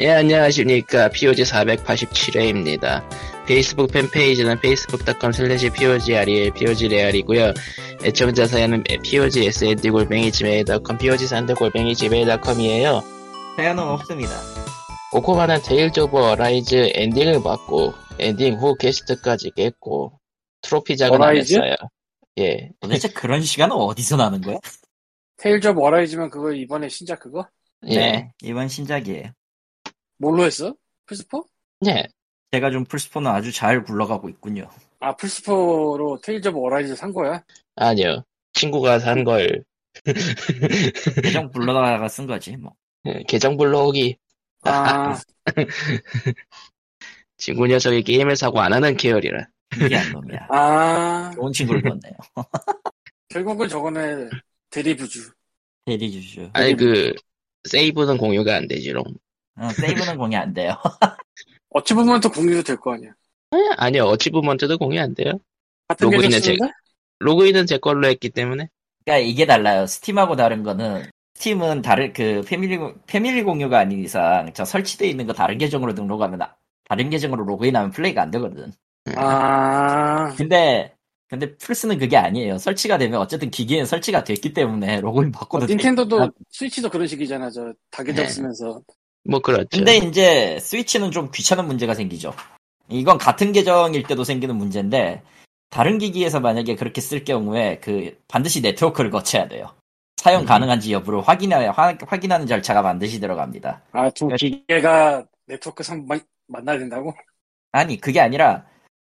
예, 안녕하십니까. POG 487회입니다. 페이스북 팬페이지는 facebook.com slash POGREL, POGREAL이고요. 애청자 사연은 POGSND골뱅이지메일.com, POG산드골뱅이지메일.com이에요. 사연은 없습니다. 코코마는 테일즈 오브 어라이즈 엔딩을 봤고, 엔딩 후 게스트까지 깼고, 트로피작은 안 어라이즈? 했어요. 예. 도대체 그런 시간은 어디서 나는 거야? 테일즈 오브 어라이즈만 그거 이번에 신작 그거? 예. 네, 이번 신작이에요. 뭘로 했어? 플스4? 예. 제가 좀 플스포는 아주 잘 굴러가고 있군요. 아 플스4로 테일즈 오브 어라이즈 산 거야? 아니요. 친구가 산 걸, 그냥 굴러다가 쓴 거지, 뭐. 예, 계정 불러오기. 아 친구 녀석이 게임을 사고 안 하는 계열이라. 이게한 놈이야. 아, 좋은 친구를 뒀네요. 결국은 저거네 대리부주 대리주주. 아니, 그, 세이브는 공유가 안 되지롱. 어, 세이브는 공이 안 돼요. 어찌 보면 또 공유도 될 거 아니야 아니, 아니요. 어치브먼트도 공유 안 돼요. 같은 로그인은 계정 쓰는데? 로그인은 제 걸로 했기 때문에. 그러니까 이게 달라요. 스팀하고 다른 거는 스팀은 다른 그 패밀리 공- 패밀리 공유가 아닌 이상 저 설치돼 있는 거 다른 계정으로 등록하면 아- 다른 계정으로 로그인하면 플레이가 안 되거든. 아 근데 근데 플스는 그게 아니에요. 설치가 되면 어쨌든 기기엔 설치가 됐기 때문에 로그인 바꿔도 돼. 닌텐도도 아. 스위치도 그런 식이잖아 저 다계정 네. 쓰면서 뭐 그렇죠. 근데 이제 스위치는 좀 귀찮은 문제가 생기죠. 이건 같은 계정일 때도 생기는 문제인데 다른 기기에서 만약에 그렇게 쓸 경우에 그 반드시 네트워크를 거쳐야 돼요. 사용 음. 가능한지 여부를 확인해 하- 확인하는 절차가 반드시 들어갑니다. 아두 기계가 네트워크 선 마- 만나야 된다고? 아니 그게 아니라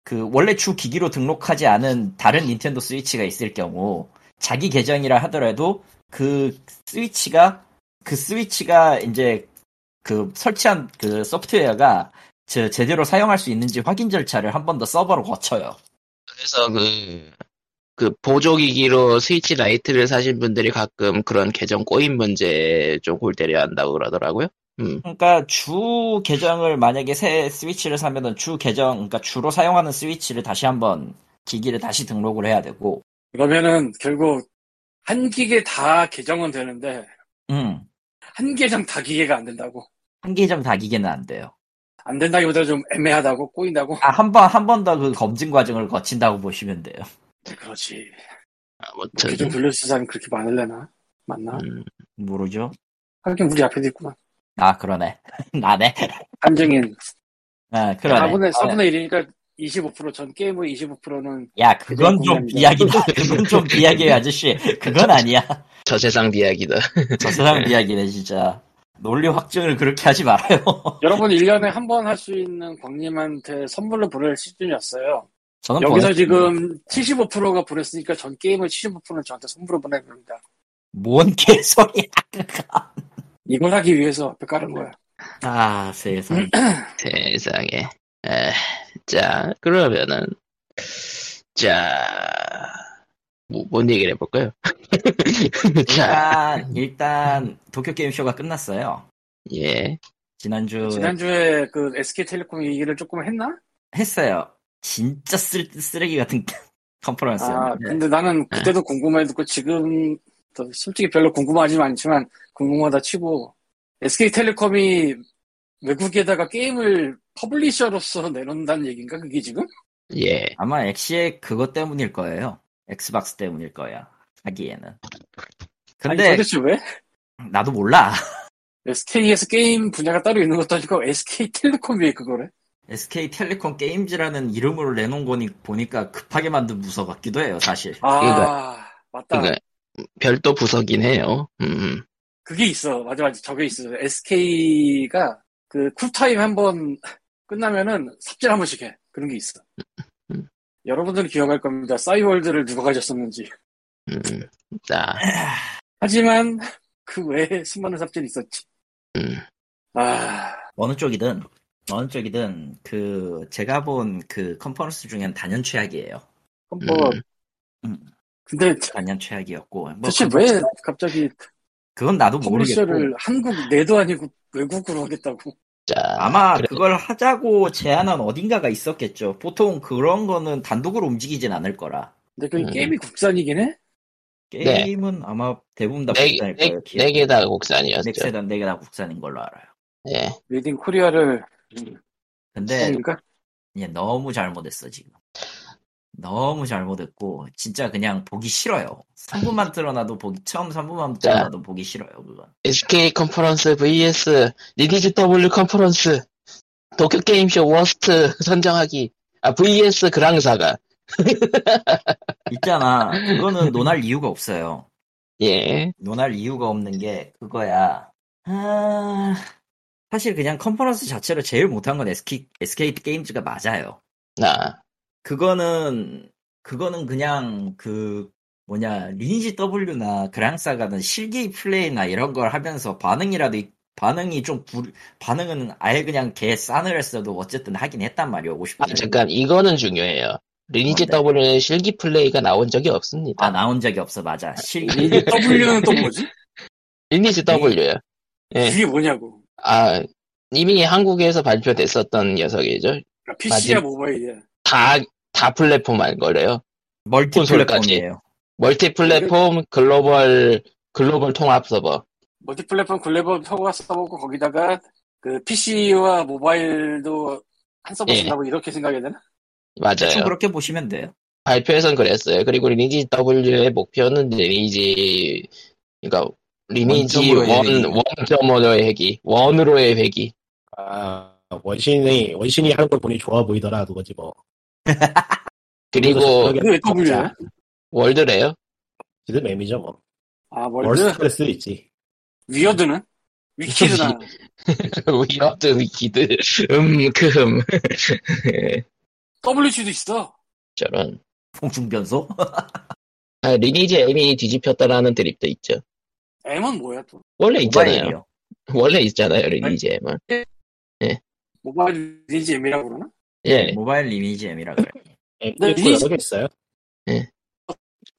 그 원래 주 기기로 등록하지 않은 다른 닌텐도 스위치가 있을 경우 자기 계정이라 하더라도 그 스위치가 그 스위치가 이제 그 설치한 그 소프트웨어가 제, 제대로 사용할 수 있는지 확인 절차를 한 번 더 서버로 거쳐요. 그래서 그, 그 보조기기로 스위치 라이트를 사신 분들이 가끔 그런 계정 꼬임 문제에 좀 골때려 한다고 그러더라고요. 음. 그러니까 주 계정을 만약에 새 스위치를 사면은 주 계정 그러니까 주로 사용하는 스위치를 다시 한번 기기를 다시 등록을 해야 되고 그러면은 결국 한 기계 다 계정은 되는데 음, 한 계정 다 기계가 안 된다고 한 계정 다 기계는 안 돼요. 안 된다기보다 좀 애매하다고 꼬인다고? 아, 한 번, 한 번 더 그 검증 과정을 거친다고 보시면 돼요. 그렇지. 아무튼. 계정 돌려주는 사람이 그렇게 많을려나? 맞나? 음, 모르죠? 하긴 우리 앞에도 있구나. 아, 그러네. 나네. 한정인. 아, 그러네. 4분의, 아, 4분의 1이니까 25%전 게임의 25%는 야, 그건 좀 그건 비약이다. 그건 좀 비약이에요, 아저씨. 그건 아니야. 저 세상 비약이다. 저 세상 비약이네, 진짜. 논리 확증을 그렇게 하지 말아요. 여러분 1년에 한 번 할 수 있는 광님한테 선물로 보낼 시즌이었어요. 저는 여기서 보내- 지금 75%가 보냈으니까 전 게임의 75%는 저한테 선물로 보내는 겁니다. 뭔 개소리야. 이걸 하기 위해서 앞에 깔은 거야. 아, 세상. 세상에. 에, 자, 그러면은, 자, 뭐, 뭔 얘기를 해볼까요? 자, 일단, 일단, 도쿄게임쇼가 끝났어요. 예. 지난주 지난주에 그 SK텔레콤 얘기를 조금 했나? 했어요. 진짜 쓰, 쓰레기 같은 아, 네. 컨퍼런스였는데. 근데 나는 그때도 궁금해듣고 지금 또 솔직히 별로 궁금하지는 않지만 궁금하다 치고 SK텔레콤이 외국에다가 게임을 퍼블리셔로서 내놓는다는 얘기인가 그게 지금? 예. 아마 엑시의 그것 때문일 거예요. 엑스박스 때문일 거야. 하기에는. 근데 아니, 도대체 왜? 나도 몰라. SK에서 게임 분야가 따로 있는 것도 아니고 SK텔레콤이 왜 그거래? SK 텔레콤 게임즈라는 이름으로 내놓은 거니 보니까 급하게 만든 부서 같기도 해요, 사실. 아 그러니까. 맞다 그러니까 별도 부서긴 해요. 음. 그게 있어 맞아 맞아 저게 있어 SK가 그 쿨타임 한 번 끝나면은 삽질 한 번씩 해 그런 게 있어 음. 여러분들은 기억할 겁니다 싸이월드를 누가 가졌었는지 음. 자, 하지만 그 외에 수많은 삽질이 있었지. 음. 아, 어느 쪽이든, 어느 쪽이든, 그, 제가 본 그 컨퍼런스 중엔 단연 최악이에요. 뭐, 음. 근데 단연 최악이었고. 뭐 도대체 그- 왜 갑자기 그건 나도 모르겠고. 퍼블리셔를 한국 내도 아니고 외국으로 하겠다고? 자. 아마 그래. 그걸 하자고 제안한 어딘가가 있었겠죠. 보통 그런 거는 단독으로 움직이진 않을 거라. 근데 그 음. 게임이 국산이긴 해? 네. 게임은 아마 대부분 다 네, 국산일 네, 거예요. 네개다 국산이었죠. 넥세단 4개 다 국산인 걸로 알아요. 예. 메이딩 코리아를 네. 근데 그러니까 예, 너무 잘못했어 지금. 너무 잘못했고 진짜 그냥 보기 싫어요. 3분만 틀어놔도 보기 처음 3분만 자. 틀어놔도 보기 싫어요 그건. SK 컨퍼런스 vs 리디지 W 컨퍼런스 도쿄 게임쇼 워스트 선정하기 아 vs 그랑사가 있잖아 그거는 논할 이유가 없어요. 예 논할 이유가 없는 게 그거야. 아, 사실 그냥 컨퍼런스 자체로 제일 못한 건 SK SK 게임즈가 맞아요. 아, 그거는 그거는 그냥 그 뭐냐 리니지 W나 그랑사가는 실기 플레이나 이런 걸 하면서 반응이라도 이- 반응이 좀 불, 반응은 아예 그냥 개 싸늘했어도 어쨌든 하긴 했단 말이야 50분. 아, 잠깐 이거는 중요해요 리니지 네. 뭔데? W는 실기 플레이가 나온 적이 없습니다 아 나온 적이 없어 맞아 실기 이게 W는 또 뭐지? 리니지 네. W요 예. 이게 뭐냐고. 아 이미 한국에서 발표됐었던 녀석이죠 그러니까 PC야 맞아. 모바일이야. 다 다 플랫폼 안 거려요 멀티 콘솔까지. 플랫폼이에요. 멀티 플랫폼 글로벌 글로벌 통합 서버 멀티플랫폼 글래버 서버 써보고 거기다가 그 PC와 모바일도 한 서버 예. 쓴다고 이렇게 생각해야 되나? 대충 맞아요 그렇게 보시면 돼요. 발표에선 그랬어요. 그리고 리니지 W의 목표는 리니지, 그러니까 리니지 원점으로의 회귀. 1, 원점으로의 회기, 원으로의 회기. 아, 원신이, 원신이 하는 걸 보니 좋아 보이더라, 그거지 뭐. 그리고 그게 왜 W야? 월드래요. 지금 M이죠, 뭐. 아, 월드? 월드 클래스 있지. 위어드는? 위키드나. 위협드 위키드, 음, 크흠. 예, WC도 있어. 저런. 공중 변소? 아, 리니지 M이 뒤집혔다라는 드립도 있죠. M은 뭐야 또? 원래 있잖아요. 모바일이요. 원래 있잖아요, 리니지 M은. 모바일 리니지 M이라고 그러나? 예. 모바일 리니지 M이라 그래. M도 네, 있고 리- 여러 개 있어요.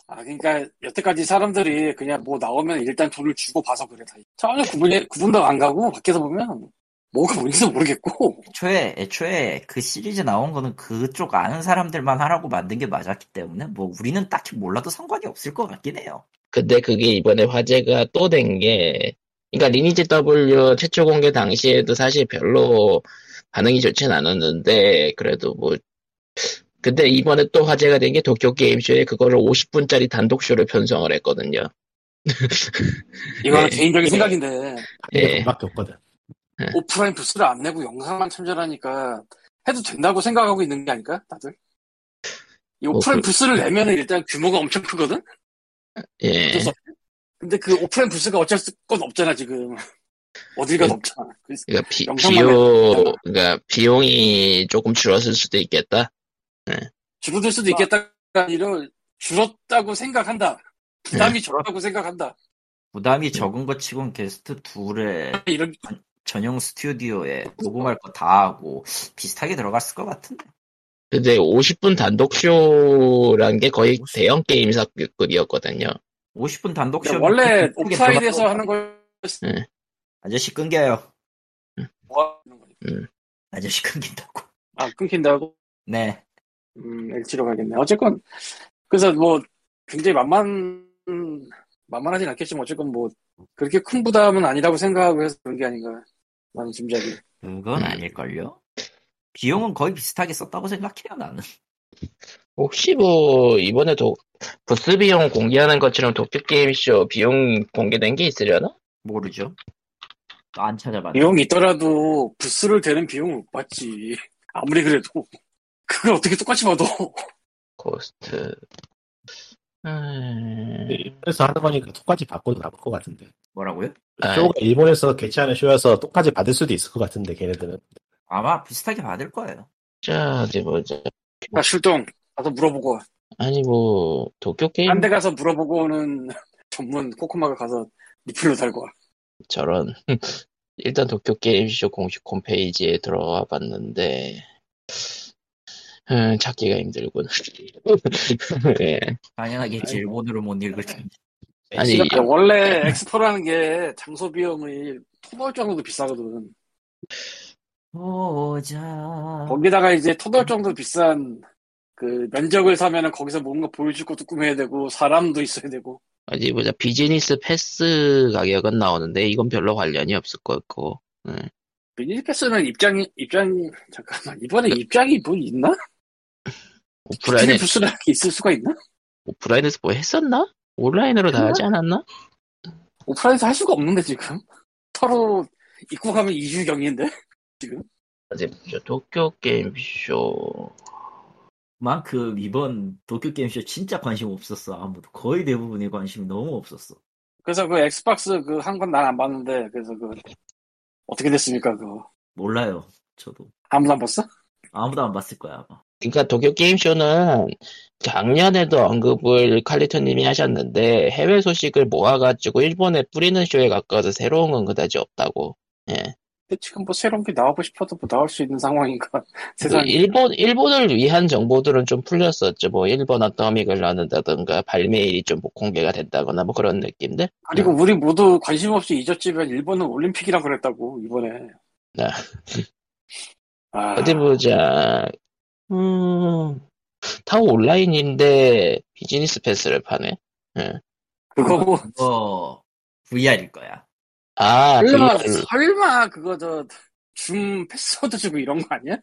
아, 그러니까 여태까지 사람들이 그냥 뭐 나오면 일단 돈을 주고 봐서 그래 다. 전혀 구분이 구분도 안 가고 밖에서 보면 뭐가 뭔지도 모르겠고. 애초에 애초에 그 시리즈 나온 거는 그쪽 아는 사람들만 하라고 만든 게 맞았기 때문에 뭐 우리는 딱히 몰라도 상관이 없을 것 같긴 해요. 근데 그게 이번에 화제가 또 된 게, 그러니까 리니지 W 최초 공개 당시에도 사실 별로 반응이 좋진 않았는데, 그래도 뭐, 근데 이번에 또 화제가 된 게 도쿄 게임쇼에 그거를 50분짜리 단독쇼로 편성을 했거든요. 이거는 네. 개인적인 생각인데 예. 밖에 없거든. 오프라인 부스를 안 내고 영상만 참전하니까 해도 된다고 생각하고 있는 게 아닐까 다들? 이 오프라인 어, 그- 부스를 내면은 일단 규모가 엄청 크거든. 예. 어쩔 수 없- 근데 그 오프라인 부스가 어쩔 수건 없잖아 지금. 어딜 가도 네. 없잖아. 그래서 그러니까 비, 영상만 비용, 그러니까 비용이 조금 줄었을 수도 있겠다. 줄어들 수도 있겠다. 이런 줄었다고 생각한다. 네. 부담이 줄었다고 생각한다. 부담이 네. 적은 것 치곤 게스트 둘에 이런 전용 스튜디오에 녹음할 거 다 하고 비슷하게 들어갔을 것 같은데. 근데 50분 단독쇼란 게 거의 대형 게임사급이었거든요. 50분 단독 그러니까 쇼 원래 오프라인에서 하는 걸 아저씨 끊겨요. 뭐 하는 거니까. 아저씨 끊긴다고. 아 끊긴다고. 네. 음, LG로 가겠네. 어쨌건 그래서 뭐 굉장히 만만 음, 만만하진 않겠지만 어쨌건 뭐 그렇게 큰 부담은 아니라고 생각하고 해서 그런 게 아닌가. 나는 짐작이. 그건 음. 아닐걸요. 비용은 거의 비슷하게 썼다고 생각해요 나는. 혹시 뭐 이번에 도 부스 비용 공개하는 것처럼 도쿄 게임쇼 비용 공개된 게 있으려나? 모르죠. 또 안 찾아봤네. 비용이 있더라도 부스를 대는 비용을 못 받지. 아무리 그래도 그걸 어떻게 똑같이 봐도 코스트. 음... 그래서 하는 거니까 똑같이 바꿔도 남을 것 같은데. 뭐라고요? 아, 쇼가 일본에서 개최하는 쇼여서 똑같이 받을 수도 있을 것 같은데, 걔네들은. 아마 비슷하게 받을 거예요. 자 어디 보자. 나 출동 가서 물어보고 와. 아니 뭐 도쿄 게임 딴 데 가서 물어보고는 전문 코코마가 가서 리플로 달고 와. 저런. 일단 도쿄 게임쇼 공식 홈페이지에 들어와 봤는데 음, 찾기가 힘들군. 예. 당연하겠지 일본으로 못 읽을 텐데. 아니 야, 원래 엑스포라는 게 장소 비용이 토벌 정도도 비싸거든. 보자. 거기다가 이제 토벌 정도 비싼 그 면적을 사면은 거기서 뭔가 보여줄 것도 꾸며야 되고 사람도 있어야 되고 어디 보자. 비즈니스 패스 가격은 나오는데 이건 별로 관련이 없을 것 같고. 비닐 패스는 입장이 입장이 잠깐만 이번에 입장이 뭐 있나? 오프라인에 비닐 패스라는 게 있을 수가 있나? 오프라인에서 뭐 했었나? 온라인으로 다 하지 않았나? 오프라인에서 할 수가 없는데 지금 서로 입고 가면 2주 경인데 지금 어디 보죠. 도쿄 게임쇼. 만큼 그 이번 도쿄 게임쇼 진짜 관심 없었어 아무도 거의 대부분의 관심이 너무 없었어. 그래서 그 엑스박스 그 한 건 난 안 봤는데 그래서 그 어떻게 됐습니까 그거 몰라요 저도 아무도 안 봤어? 아무도 안 봤을 거야 아마. 그러니까 도쿄 게임쇼는 작년에도 언급을 칼리토님이 하셨는데 해외 소식을 모아가지고 일본에 뿌리는 쇼에 가까워서 새로운 건 그다지 없다고. 예. 근데 지금 뭐 새로운 게 나오고 싶어도 뭐 나올 수 있는 상황인가 그 세상에 일본 일본을 위한 정보들은 좀 풀렸었죠. 뭐 일본 어떠믹을 나눈다던가 발매일이 좀 공개가 된다거나 뭐 그런 느낌들. 그리고 우리 모두 관심 없이 잊었지만 일본은 올림픽이라 그랬다고 이번에 네. 아, 어디 뭐 보자. 음. 다 온라인인데 비즈니스 패스를 파네. 그거 뭐 그거 VR일 거야. 아, 설마 VR. 설마 그거 저 줌 패스워드 주고 이런 거 아니야?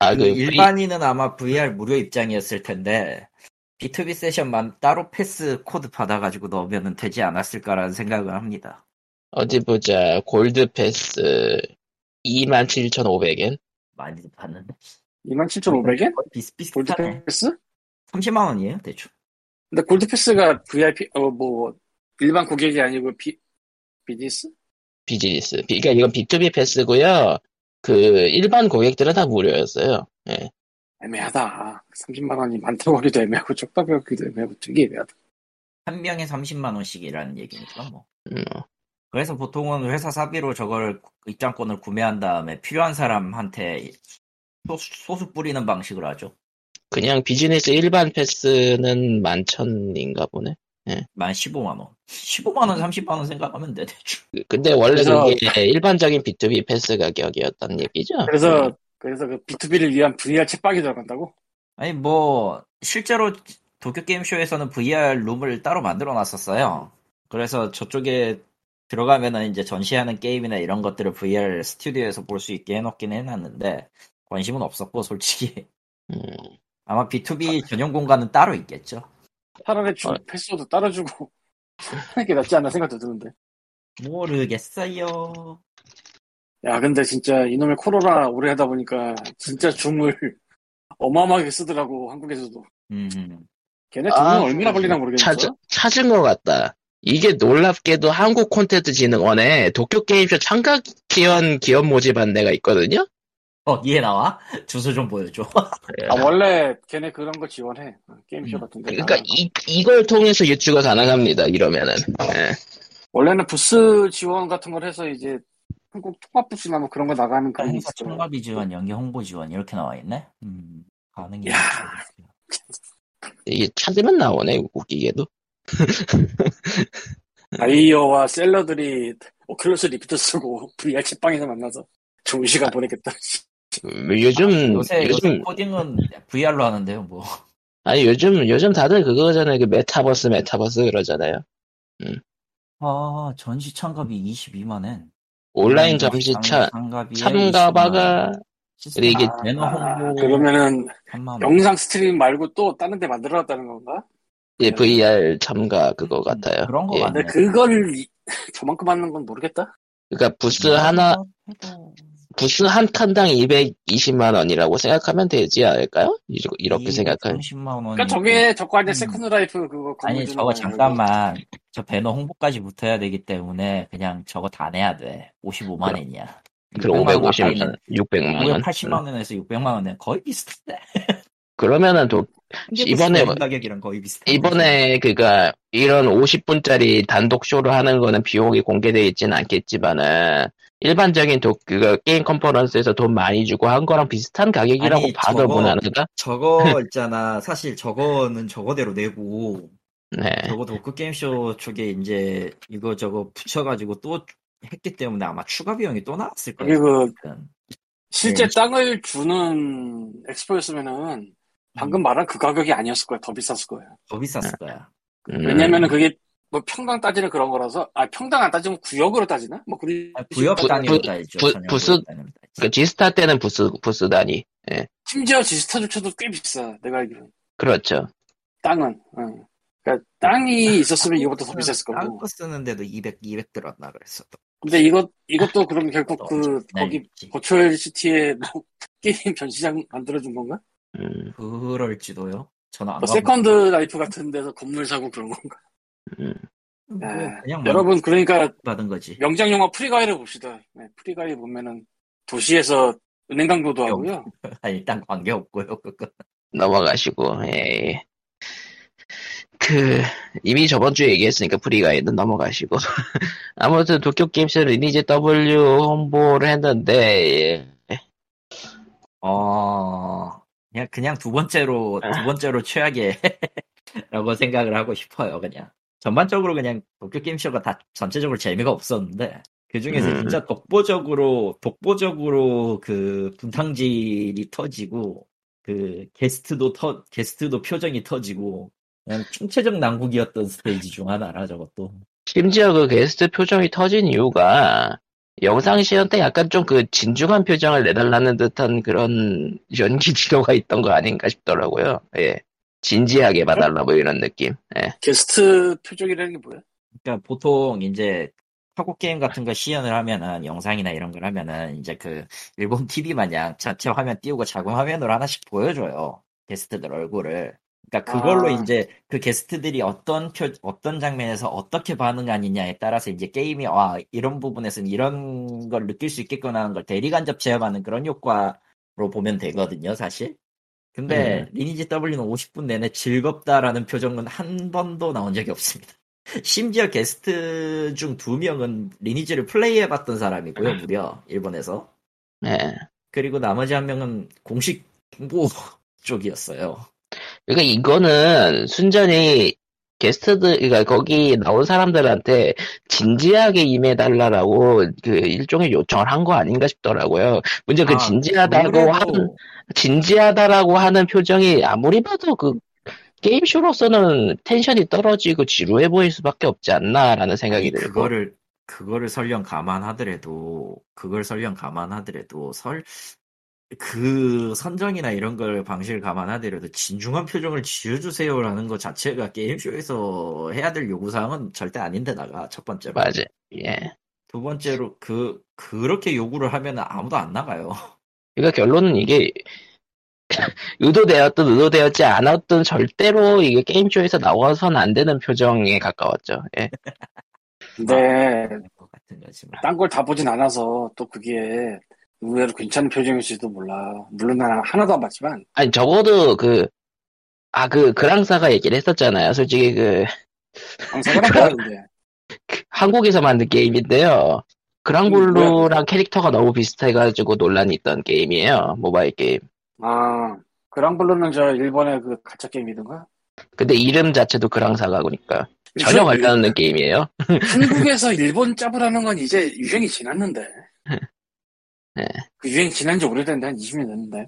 아, 그 일반인은 아마 VR 무료 입장이었을 텐데 B2B 세션만 따로 패스 코드 받아가지고 넣으면 되지 않았을까라는 생각을 합니다. 어디 보자. 골드 패스 27,500엔. 많이 봤는데 27,500엔? 거의 골드 비슷비슷하네. 패스? 30만 원이에요 대충. 근데 골드 패스가 VIP 어 뭐 일반 고객이 아니고 비 비즈니스? 비즈니스. 비- 그러니까 이건 B2B 패스고요. 그 일반 고객들은 다 무료였어요. 예. 애매하다. 30만 원이 많다고 하기도 애매하고 적다고 하기도 애매하고 되게 애매하다. 한 명에 30만 원씩이라는 얘기니까 뭐. 음, 그래서 보통은 회사 사비로 저걸 입장권을 구매한 다음에 필요한 사람한테 소수, 소수 뿌리는 방식으로 하죠. 그냥 비즈니스 일반 패스는 11,000인가 보네. 만 15만 원. 15만 원, 30만 원 생각하면 돼 대충. 그- 근데 원래 그래서- 그게 일반적인 B2B 패스 가격이었단 얘기죠. 그래서 음. 그래서 그 B2B를 위한 VR 책방이 들어간다고? 아니 뭐 실제로 도쿄 게임쇼에서는 VR 룸을 따로 만들어 놨었어요. 그래서 저쪽에 들어가면은 이제 전시하는 게임이나 이런 것들을 VR 스튜디오에서 볼 수 있게 해놓긴 해놨는데 관심은 없었고 솔직히 음. 아마 B2B 전용 공간은 따로 있겠죠. 차라리 줌 아. 패스워드 따라주고 하는 게 낫지 않나 생각도 드는데. 모르겠어요. 야 근데 진짜 이놈의 코로나 오래 하다 보니까 진짜 줌을 어마어마하게 쓰더라고 한국에서도. 음, 걔네 줌은 아, 얼마나 걸리나 모르겠어. 찾, 찾은 것 같다. 이게 놀랍게도 한국 콘텐츠 진흥원에 도쿄 게임쇼 참가 기원 기업 모집 안내가 있거든요. 어, 얘 나와? 주소 좀 보여줘. 아 원래 걔네 그런 거 지원해 게임쇼 음. 같은데. 그러니까 이, 이걸 통해서 유추가 가능합니다. 이러면은 예. 원래는 부스 지원 같은 걸 해서 이제 한국 통합 부스나 뭐 그런 거 나가는 그런 게 행사 있었잖아. 참가비 지원, 연계 홍보 지원 이렇게 나와 있네. 음, 가능해. 야. 이게 찾으면 나오네 웃기게도. 바이어와 셀러들이 오클러스 리프트 쓰고 VR 책방에서 만나서 좋은 시간 보내겠다. 음, 요즘 아, 요새 요새 요즘 코딩은 VR로 하는데요, 뭐. 아니 요즘 요즘 다들 그거잖아요. 그 메타버스 메타버스 그러잖아요. 아, 전시 참가비 22만 엔. 온라인 점시 차, 음, 참가비 예, 참가바가 근데 이게- 배너 홍보 아, 그러면은 3만 원. 영상 스트림 말고 또 다른 데 만들어놨다는 건가? 예, VR 참가 그거 음, 같아요. 그런 거 예. 같네. 근데 그걸 이- 저만큼 하는 건 모르겠다. 그러니까 부스 음. 하나 어, 해도 부스 한 칸당 220만 원이라고 생각하면 되지 않을까요? 이- 이렇게 생각하면 30만 원. 그러니까 저게 저거 아니 음. 세컨드 라이프 그거 아니 건물 저거 주는 거 잠깐만 저 배너 홍보까지 붙어야 되기 때문에 그냥 저거 다 내야 돼 55만 엔이야 그럼 600만 음, 원 550만 가까이네. 원, 600만 원. 음. 580만 원에서 600만 원은 거의 비슷해 그러면은 도, 이번에- 뭐 지금 가격이랑 거의 비슷해 이번에 그가 이런 50분짜리 단독 쇼를 하는 거는 비용이 공개되어 있진 않겠지만은 일반적인 도, 그거 게임 컨퍼런스에서 돈 많이 주고 한 거랑 비슷한 가격이라고 아니, 봐도 저거- 무난하다. 저거 있잖아 사실 저거는 저거대로 내고 네. 저거 도쿄 게임쇼 쪽에 이제 이거 저거 붙여가지고 또 했기 때문에 아마 추가 비용이 또 나왔을 거야 그리고 그러니까. 실제 음. 땅을 주는 엑스포였으면은 음. 방금 말한 그 가격이 아니었을 거야. 더 비쌌을 거야. 네. 더 비쌌을 거야 음, 왜냐면은 그게 뭐 평당 따지는 그런 거라서 아 평당 안 따지면 구역으로 따지나? 뭐 그런 아, 식으로 구역 단위로 부- 따지죠. 부- 전용 부스- 구역 단위로 따지죠. 그 지스타 때는 부스 부스 단위. 심지어 지스타조차도 꽤 비싸 내가 알기로 그렇죠. 땅은 응. 그러니까 땅이 있었으면 이것보다 더 비쌌을 거고 땅거 쓰는데도 200, 200 들었나 그랬어. 근데 이것 이것도 그럼 결국 그 네, 거기 고철 시티에 뭐 게임 전시장 만들어준 건가? 음, 그럴지도요. 아, 저는 안 뭐 가본- 세컨드 라이프 같은 데서 건물 사고 그런 건가? 뭐 아, 음. 그냥 여러분 여러분 그러니까 받은 거지. 명작 영화 프리가이를 봅시다. 네, 프리가이 보면은 도시에서 은행 강도도 하고요. 아니, 일단 관계 없고요. 그거. 넘어가시고 예, 예. 그 이미 저번 주에 얘기했으니까 프리가이는 넘어가시고 아무튼 도쿄 게임스 리니지 W 홍보를 했는데 예. 어 그냥 그냥 두 번째로 아. 두 번째로 최악이라고 생각을 하고 싶어요. 그냥 전반적으로 그냥 도쿄 게임쇼가 다 전체적으로 재미가 없었는데 그 중에서 음. 진짜 독보적으로 독보적으로 그 분탕질이 터지고 그 게스트도 터 게스트도 표정이 터지고 그냥 총체적 난국이었던 스테이지 중 하나라 저것도 심지어 그 게스트 표정이 터진 이유가 영상 시연 때 약간 좀 그 진중한 표정을 내달라는 듯한 그런 연기 지도가 있던 거 아닌가 싶더라고요. 예. 진지하게 봐달라 뭐 이런 느낌. 예. 게스트 표정이라는 게 뭐야? 그러니까 보통 이제 파고 게임 같은 거 시연을 하면은 영상이나 이런 걸 하면은 이제 그 일본 TV 마냥 자체 화면 띄우고 작은 화면으로 하나씩 보여줘요 게스트들 얼굴을. 그러니까 그걸로 아. 이제 그 게스트들이 어떤 표, 어떤 장면에서 어떻게 반응하느냐에 따라서 이제 게임이 와 이런 부분에서는 이런 걸 느낄 수 있겠구나 하는 걸 대리간접 제어하는 그런 효과로 보면 되거든요 사실. 근데 리니지 W는 50분 내내 즐겁다라는 표정은 한 번도 나온 적이 없습니다. 심지어 게스트 중 두 명은 리니지를 플레이해봤던 음. 사람이고요, 무려 일본에서. 예. 그리고 나머지 한 명은 공식 홍보 쪽이었어요. 그러니까 이거는 순전히 게스트들, 그러니까 거기 나온 사람들한테 진지하게 임해달라라고 그 일종의 요청을 한 거 아닌가 싶더라고요. 문제 그 아, 진지하다고 아무래도 한 진지하다라고 하는 표정이 아무리 봐도 그 게임쇼로서는 텐션이 떨어지고 지루해 보일 수밖에 없지 않나라는 생각이 들고 그거를 그거를 설령 감안하더라도 그걸 설령 감안하더라도 설 그 선정이나 이런 걸 방식을 감안하더라도 진중한 표정을 지어주세요라는 것 자체가 게임쇼에서 해야 될 요구사항은 절대 아닌데다가 첫 번째로 맞아 예 두 번째로 그 그렇게 요구를 하면 아무도 안 나가요. 그러니까 결론은 이게 의도되었든 의도되었지 않았든 절대로 이게 게임쇼에서 나와선 안 되는 표정에 가까웠죠 예 근데 것 같은 거지 뭐. 네. 딴 걸 다 보진 않아서 또 그게 의외로 괜찮은 표정일지도 몰라. 물론 난 하나도 안 봤지만 아니 적어도 그 아, 그, 그랑사가 얘기를 했었잖아요. 솔직히 그, 방사가 나왔는데 한국에서 만든 게임인데요. 음, 네. 그랑블루랑 캐릭터가 너무 비슷해가지고 논란이 있던 게임이에요. 모바일 게임. 아 그랑블루는 저 일본의 그 가짜 게임이던가? 근데 이름 자체도 그랑사가니까 전혀 요즘 관련없는 게임이에요. 한국에서 일본 짭으라는 건 이제 유행이 지났는데. 네. 그 유행 지난 지 오래됐는데 한 20년 됐는데.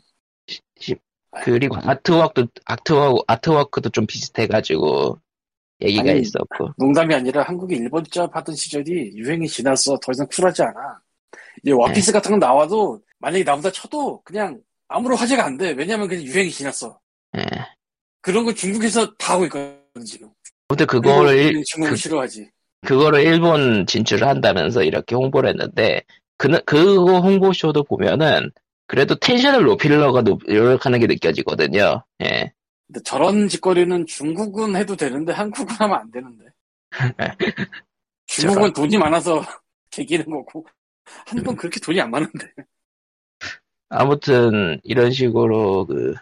그리고 음. 아트워크도 아트워크 아트워크도 좀 비슷해가지고 얘기가 아니, 있었고 농담이 아니라 한국이 일본 짭 하던 시절이 유행이 지났어. 더 이상 쿨하지 않아. 이제 네. 와피스 같은 거 나와도 만약에 나보다 쳐도 그냥 아무런 화제가 안 돼. 왜냐면 그냥 유행이 지났어. 예. 그런 거 중국에서 다 하고 있거든 지금. 아무튼 그거를 일- 중국을 그- 싫어하지. 그거를 일본 진출을 한다면서 이렇게 홍보를 했는데 그 그거 홍보쇼도 보면은 그래도 텐션을 높이려고 노- 노력하는 게 느껴지거든요. 예. 근데 저런 짓거리는 중국은 해도 되는데 한국은 하면 안 되는데. 중국은 돈이 많아서 개기는 거고 한국은 그렇게 돈이 안 많은데. 아무튼 이런 식으로 그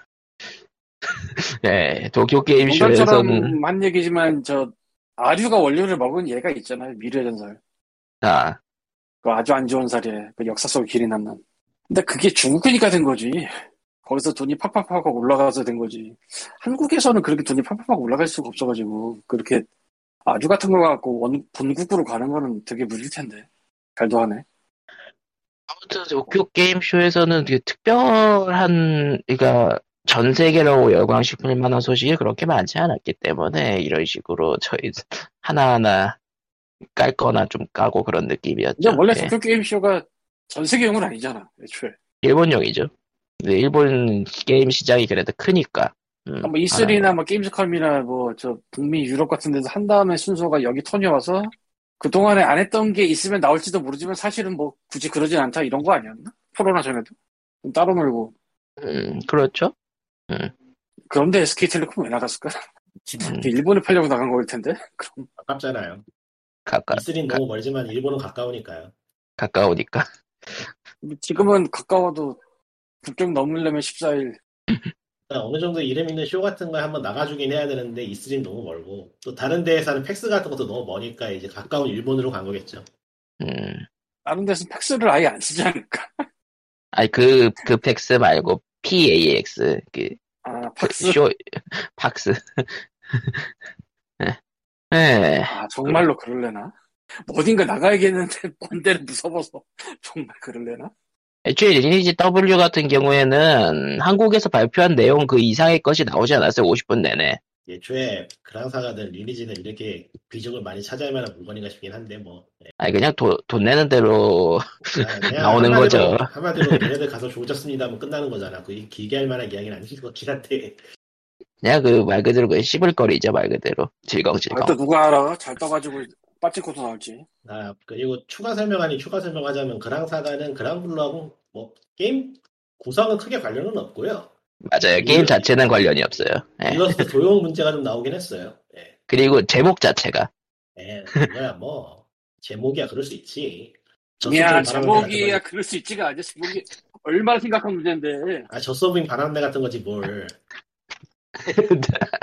예, 도쿄 게임쇼에서는 농담처럼 한 얘기지만 저 아류가 원료를 먹은 얘가 있잖아요. 미래 전설. 아, 그 아주 안 좋은 사례. 그 역사 속에 길이 남는. 근데 그게 중국이니까 된 거지. 거기서 돈이 팍팍팍 올라가서 된 거지. 한국에서는 그렇게 돈이 팍팍팍 올라갈 수가 없어가지고 그렇게 아주 같은 거 갖고 원, 본국으로 가는 거는 되게 무리일 텐데. 잘도 하네. 아무튼 도쿄 게임쇼에서는 되게 특별한 그러니까 전 세계라고 열광시킬 만한 소식이 그렇게 많지 않았기 때문에 이런 식으로 저희 하나하나 깔거나 좀 까고 그런 느낌이었죠. 이제 원래 예. 도쿄 게임쇼가 전 세계용은 아니잖아, 애초에. 일본용이죠. 근데 일본 게임 시장이 그래도 크니까. 음, 그러니까 뭐 E3나 뭐 게임즈컴이나 뭐 저 북미 유럽 같은 데서 한 다음에 순서가 여기 터져와서 그동안에 안 했던 게 있으면 나올지도 모르지만 사실은 뭐 굳이 그러진 않다 이런 거 아니었나? 코로나 전에도 좀 따로 놀고 음, 그렇죠. 그런데 SK텔레콤 왜 나갔을까? 음, 일본에 팔려고 나간 거일 텐데 그럼 아깝잖아요. 가까, 이슬이 너무 멀지만 일본은 가까우니까요. 가까우니까. 뭐 지금은 가까워도 국경 넘으려면 14일 일단 그러니까 어느 정도 이름 있는 쇼 같은 걸 한번 나가주긴 해야 되는데 이슬이 너무 멀고 또 다른 데에서는 팩스 같은 것도 너무 머니까 이제 가까운 일본으로 간 거겠죠. 음. 다른 데서 팩스를 아예 안 쓰지 않을까? 아니 그, 그 팩스 말고 PAX 그 아 팍스 쇼 팍스 예 아 정말로 그럴래나? 어딘가 나가야겠는데 먼 데를 무서워서 정말 그럴래나? 애초에 리니지 W 같은 경우에는 한국에서 발표한 내용 그 이상의 것이 나오지 않았어요 50분 내내 예초에 그랑사가든 리니지는 이렇게 비중을 많이 차지할 만한 물건인가 싶긴 한데 뭐 예. 아니 그냥 돈, 돈 내는 대로 그냥 나오는 한마디로- 거죠. 한마디로 얘네들 가서 조졌습니다 하면 끝나는 거잖아. 그게 길게 할 만한 이야기는 아닌 것 같긴 한데 그냥 그 말 그대로 그 씹을거리죠 말 그대로 아, 또 질겅질겅 누가 알아? 잘 떠가지고 빠진코도 나올지. 아, 그리고 추가 설명 아닌 추가 설명하자면 그랑사가는 그랑블루하고 뭐 게임 구성은 크게 관련은 없고요. 맞아요 게임 자체는 관련이 없어요 예. 일러스트 도용 문제가 좀 나오긴 했어요. 예. 그리고 제목 자체가 예, 그거야 뭐 제목이야 그럴 수 있지. 야, 젖소빙 바람내 제목이야 같은 거지. 그럴 수 있지가 아니야. 제목이 얼마나 심각한 문제인데. 아, 젖소빙 바람내 같은 거지 뭘.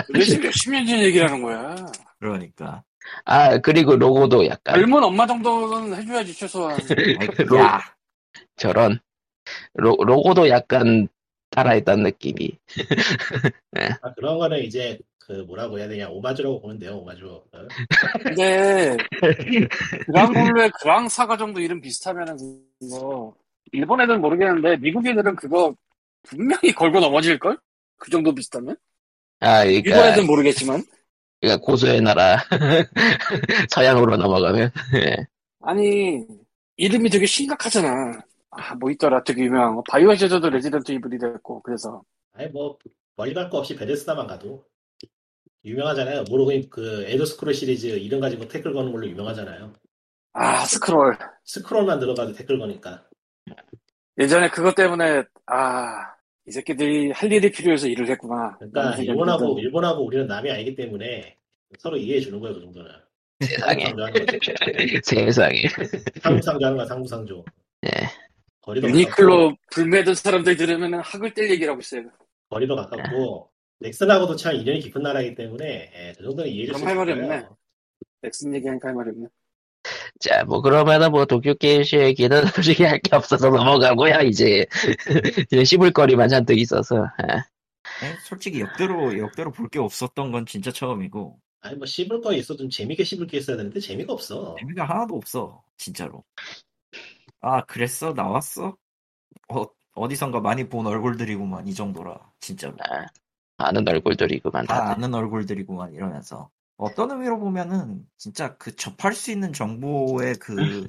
도대체 몇십 년 전 얘기라는 거야. 그러니까. 아 그리고 로고도 약간 젊은 엄마 정도는 해줘야지, 최소한. 아이, 로- 야, 저런 로, 로고도 약간 따라했다는 느낌이 아, 그런 거는 이제 그 뭐라고 해야 되냐 오마주라고 보면 돼요 오마주. 어? 근데, 그랑블루의 그랑사가 정도 이름 비슷하면은 그거, 일본 애들은 모르겠는데, 미국 애들은 그거 분명히 걸고 넘어질걸? 그 정도 비슷하면? 아 그러니까 일본 애들은 모르겠지만. 그러니까 고수의 나라 서양으로 넘어가면 예. 아니, 이름이 되게 심각하잖아. 아, 뭐 있더라, 되게 유명한 거. 바이오 제저도 레지던트 이블이 됐고, 그래서. 아니 뭐 멀리 갈 거 없이 베데스다만 가도 유명하잖아요. 모르고 그 에더 스크롤 시리즈 이름 가지고 태클 거는 걸로 유명하잖아요. 아, 스크롤. 스크롤만 들어가도 태클 거니까. 예전에 그것 때문에, 아, 이 새끼들이 할 일이 필요해서 일을 했구나. 그러니까 일본하고 일본하고 우리는 남이 아니기 때문에 서로 이해해 주는 거예요 그 정도는. 세상에 상부상조하는 거지. 세상에 상부상조하는 거야 상부상조. 예. 거리도 가깝고, 유니클로 불매던 사람들 들으면 학을 뗄 얘기라고 있어요. 거리도 가깝고 넥슨하고도 참 인연이 깊은 나라이기 때문에 예, 그 정도는 이해해 그럼 줄수 할 말이 있어요. 없네. 넥슨 얘기하니까 할 말이 없네. 자 뭐 그러면은 뭐 도쿄 게임쇼 얘기는 솔직히 할 게 없어서 넘어가고요 이제 이제 씹을 거리만 잔뜩 있어서 아, 에? 솔직히 역대로 역대로 볼 게 없었던 건 진짜 처음이고 아니 뭐 씹을 거 있어 좀 재밌게 씹을 게 있어야 되는데 재미가 없어. 재미가 하나도 없어 진짜로. 아 그랬어 나왔어? 어 어디선가 많이 본 얼굴들이구만 이 정도라 진짜로. 아는 얼굴들이구만 다 다들 아는 얼굴들이구만 이러면서 어떤 의미로 보면은 진짜 그 접할 수 있는 정보의 그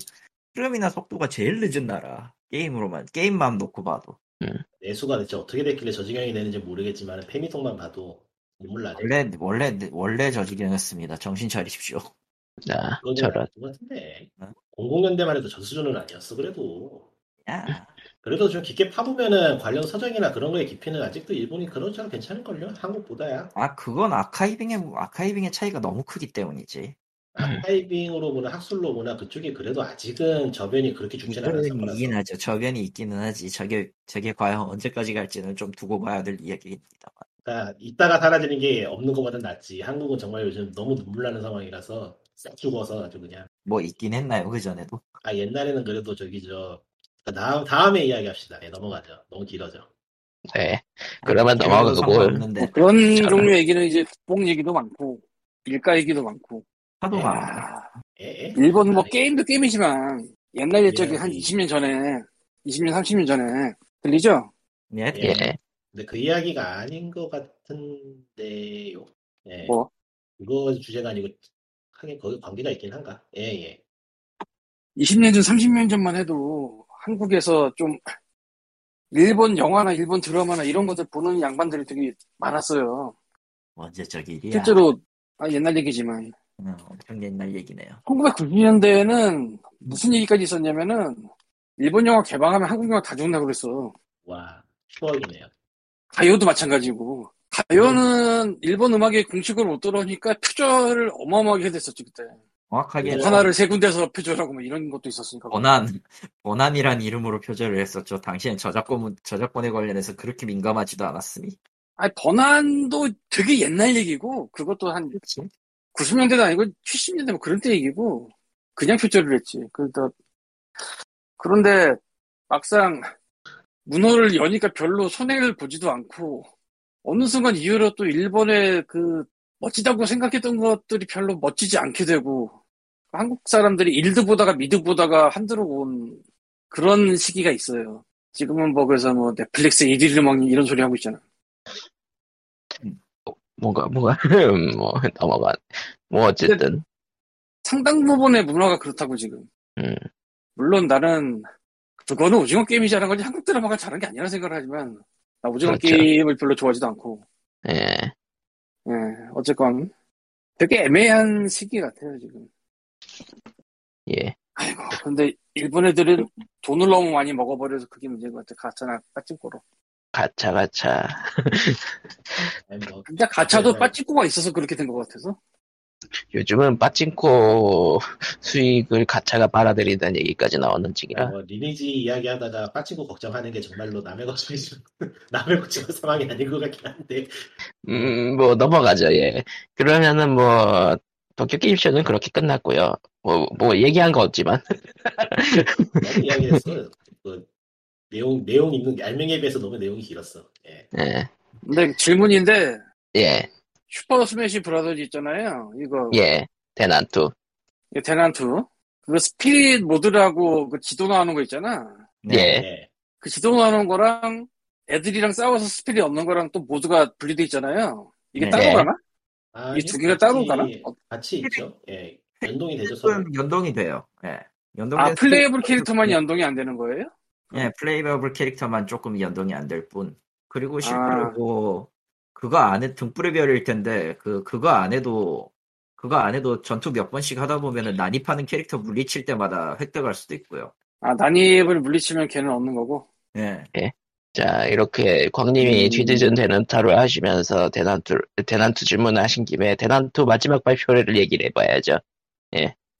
흐름이나 속도가 제일 늦은 나라 게임으로만 게임만 놓고 봐도 내수가 대체 어떻게 됐길래 저 지경이 되는지 모르겠지만 페미통만 봐도 눈물 나네. 원래 원래 원래 저지경이었습니다 정신 차리십시오 아, 그건 저런 아닌 것 같은데. 응? 00년대만 해도 저 수준은 아니었어 그래도. 야 그래도 좀 깊게 파보면은 관련 서적이나 그런 거의 깊이는 아직도 일본이 그런 처럼 괜찮을걸요? 한국보다야. 아 그건 아카이빙의 아카이빙의 차이가 너무 크기 때문이지 하이빙으로 보나 학술로 보나 그쪽이 그래도 아직은 저변이 그렇게 죽진 않았을 이거는 거라서. 이긴 하죠 저변이 있기는 하지 저게 저게 과연 언제까지 갈지는 좀 두고 봐야 될 이야기입니다 그러니까 있다가 사라지는 게 없는 것보단 낫지. 한국은 정말 요즘 너무 눈물 나는 상황이라서 싹 죽어서 아주 그냥. 뭐 있긴 했나요 그 전에도 아 옛날에는 그래도 저기 저 다음 다음에 이야기합시다. 네, 넘어가죠. 너무 길어져. 네 그러면 별로 넘어가고 네, 상관없는데 뭐 그런 그렇죠. 저런. 종류 얘기는 이제 뽕 얘기도 많고, 일가 얘기도 많고. 하도 예. 많아 에? 에? 일본 뭐 아니. 게임도 게임이지만, 옛날 옛적에 네. 예. 한 20년 전에, 20년, 30년 전에, 들리죠? 예. 예 근데 그 이야기가 아닌 것 같은데요. 예. 뭐? 이거 주제가 아니고 하긴 거기 관계가 있긴 한가? 예, 예. 20년 전, 30년 전만 해도 한국에서 좀 일본 영화나 일본 드라마나 이런 것들 보는 양반들이 되게 많았어요. 언제 저기 일이야. 실제로 아, 옛날 얘기지만 음, 엄청 옛날 얘기네요. 1990년대에는 무슨 얘기까지 있었냐면은 일본 영화 개방하면 한국 영화 다 죽나 그랬어. 와, 추억이네요. 가요도 마찬가지고 가요는 일본 음악에 공식으로 못 들어오니까 표절을 어마어마하게 해댔었지 그때. 정확하게 네. 예, 하나를 세 군데서 표절하고 뭐 이런 것도 있었으니까. 권한 권한이란 이름으로 표절을 했었죠. 당시엔 저작권 문- 저작권에 관련해서 그렇게 민감하지도 않았으니. 아니 번안도 되게 옛날 얘기고 그것도 한 그렇지. 90년대도 아니고 70년대 뭐 그런 때 얘기고 그냥 표절을 했지. 그러니까 그런데 막상 문호를 여니까 별로 손해를 보지도 않고 어느 순간 이후로 또 일본의 그 멋지다고 생각했던 것들이 별로 멋지지 않게 되고 한국 사람들이 일드 보다가 미드 보다가 한드로 온 그런 시기가 있어요. 지금은 뭐 그래서 뭐 넷플릭스 이디를 먹니 이런 소리 하고 있잖아. 뭐가 뭐가 뭐 넘어간 뭐 어쨌든 상당 부분의 문화가 그렇다고 지금. 음. 물론 나는 그거는 오징어 게임이 잘한 거지 한국 드라마가 잘한 게 아니라 생각을 하지만 나 오징어 그렇죠. 게임을 별로 좋아하지도 않고 예 예 어쨌건 되게 애매한 시기 같아요 지금. 예. 아이고 근데 일본 애들은 돈을 너무 많이 먹어버려서 그게 문제인 것 같아 가차나 빠찌꼬로. 가차 가차 아니, 뭐, 근데 가차도 네, 네. 빠찌꼬가 있어서 그렇게 된 것 같아서 요즘은 빠cin코 수익을 가차가 빨아들인다는 얘기까지 나오는 지기라 뭐 리니지 이야기하다가 빠치고 걱정하는 게 정말로 남의 걱정이 좀- 남의 걱정 상황이 아닌 것 같긴 한데 음뭐 넘어가죠 예 그러면은 뭐 도쿄 게임쇼는 그렇게 끝났고요 뭐 뭐 얘기한 거 없지만 나도 이야기했어. 그 내용 내용 있는 게 알맹이에 비해서 너무 내용이 길었어. 예. 예 근데 질문인데 예, 슈퍼 스매시 브라더즈 있잖아요 이거 예. 대난투 이거 대난투 그거 스피릿 모드라고 그 지도 나오는 거 있잖아 네. 예 예. 그 지도 나오는 거랑 애들이랑 싸워서 스피릿 없는 거랑 또 모두가 분리돼 있잖아요. 이게 네. 따로 가나? 아, 이 두 개가 따로 가나? 어, 같이 있죠. 예. 연동이 되죠. 서로. 조금 연동이 돼요. 예. 연동된 아, 플레이어블 스테이지- 캐릭터만이 연동이 안 되는 거예요? 예, 플레이어블 캐릭터만 조금 연동이 안 될 뿐. 그리고 실제로 아. 뭐 그거 안에 등불의 별일 텐데 그 그거 안 해도 그거 안 해도 전투 몇 번씩 하다 보면은 난입하는 캐릭터 물리칠 때마다 획득할 수도 있고요. 아, 난입을 물리치면 걔는 없는 거고. 예. 자, 이렇게 광님이 음. 취재전 대난타로 하시면서 대난투, 대난투 질문을 하신 김에 대난투 마지막 발표를 얘기를 해봐야죠.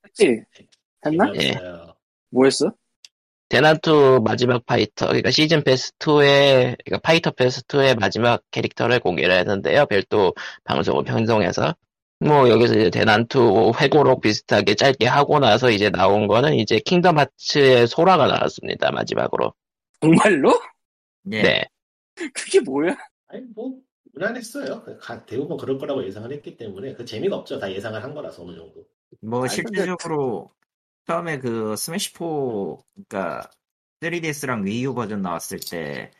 했지? 네. 했나? 예. 재미없어요. 뭐 했어? 대난투 마지막 파이터, 그러니까 시즌 패스 2의, 그러니까 파이터 패스 2의 마지막 캐릭터를 공개를 했는데요. 별도 방송을 편성해서. 뭐, 여기서 이제 대난투 회고록 비슷하게 짧게 하고 나서 이제 나온 거는 이제 킹덤 하츠의 소라가 나왔습니다. 마지막으로. 정말로? 예. 네. 그게 뭐야? 아니 뭐 무난했어요. 가- 대부분 그럴 거라고 예상을 했기 때문에 그 재미가 없죠. 다 예상을 한 거라서 어느 정도. 뭐 아니, 근데- 실질적으로 처음에 그 스매시 4 그러니까 3DS랑 위유 버전 나왔을 때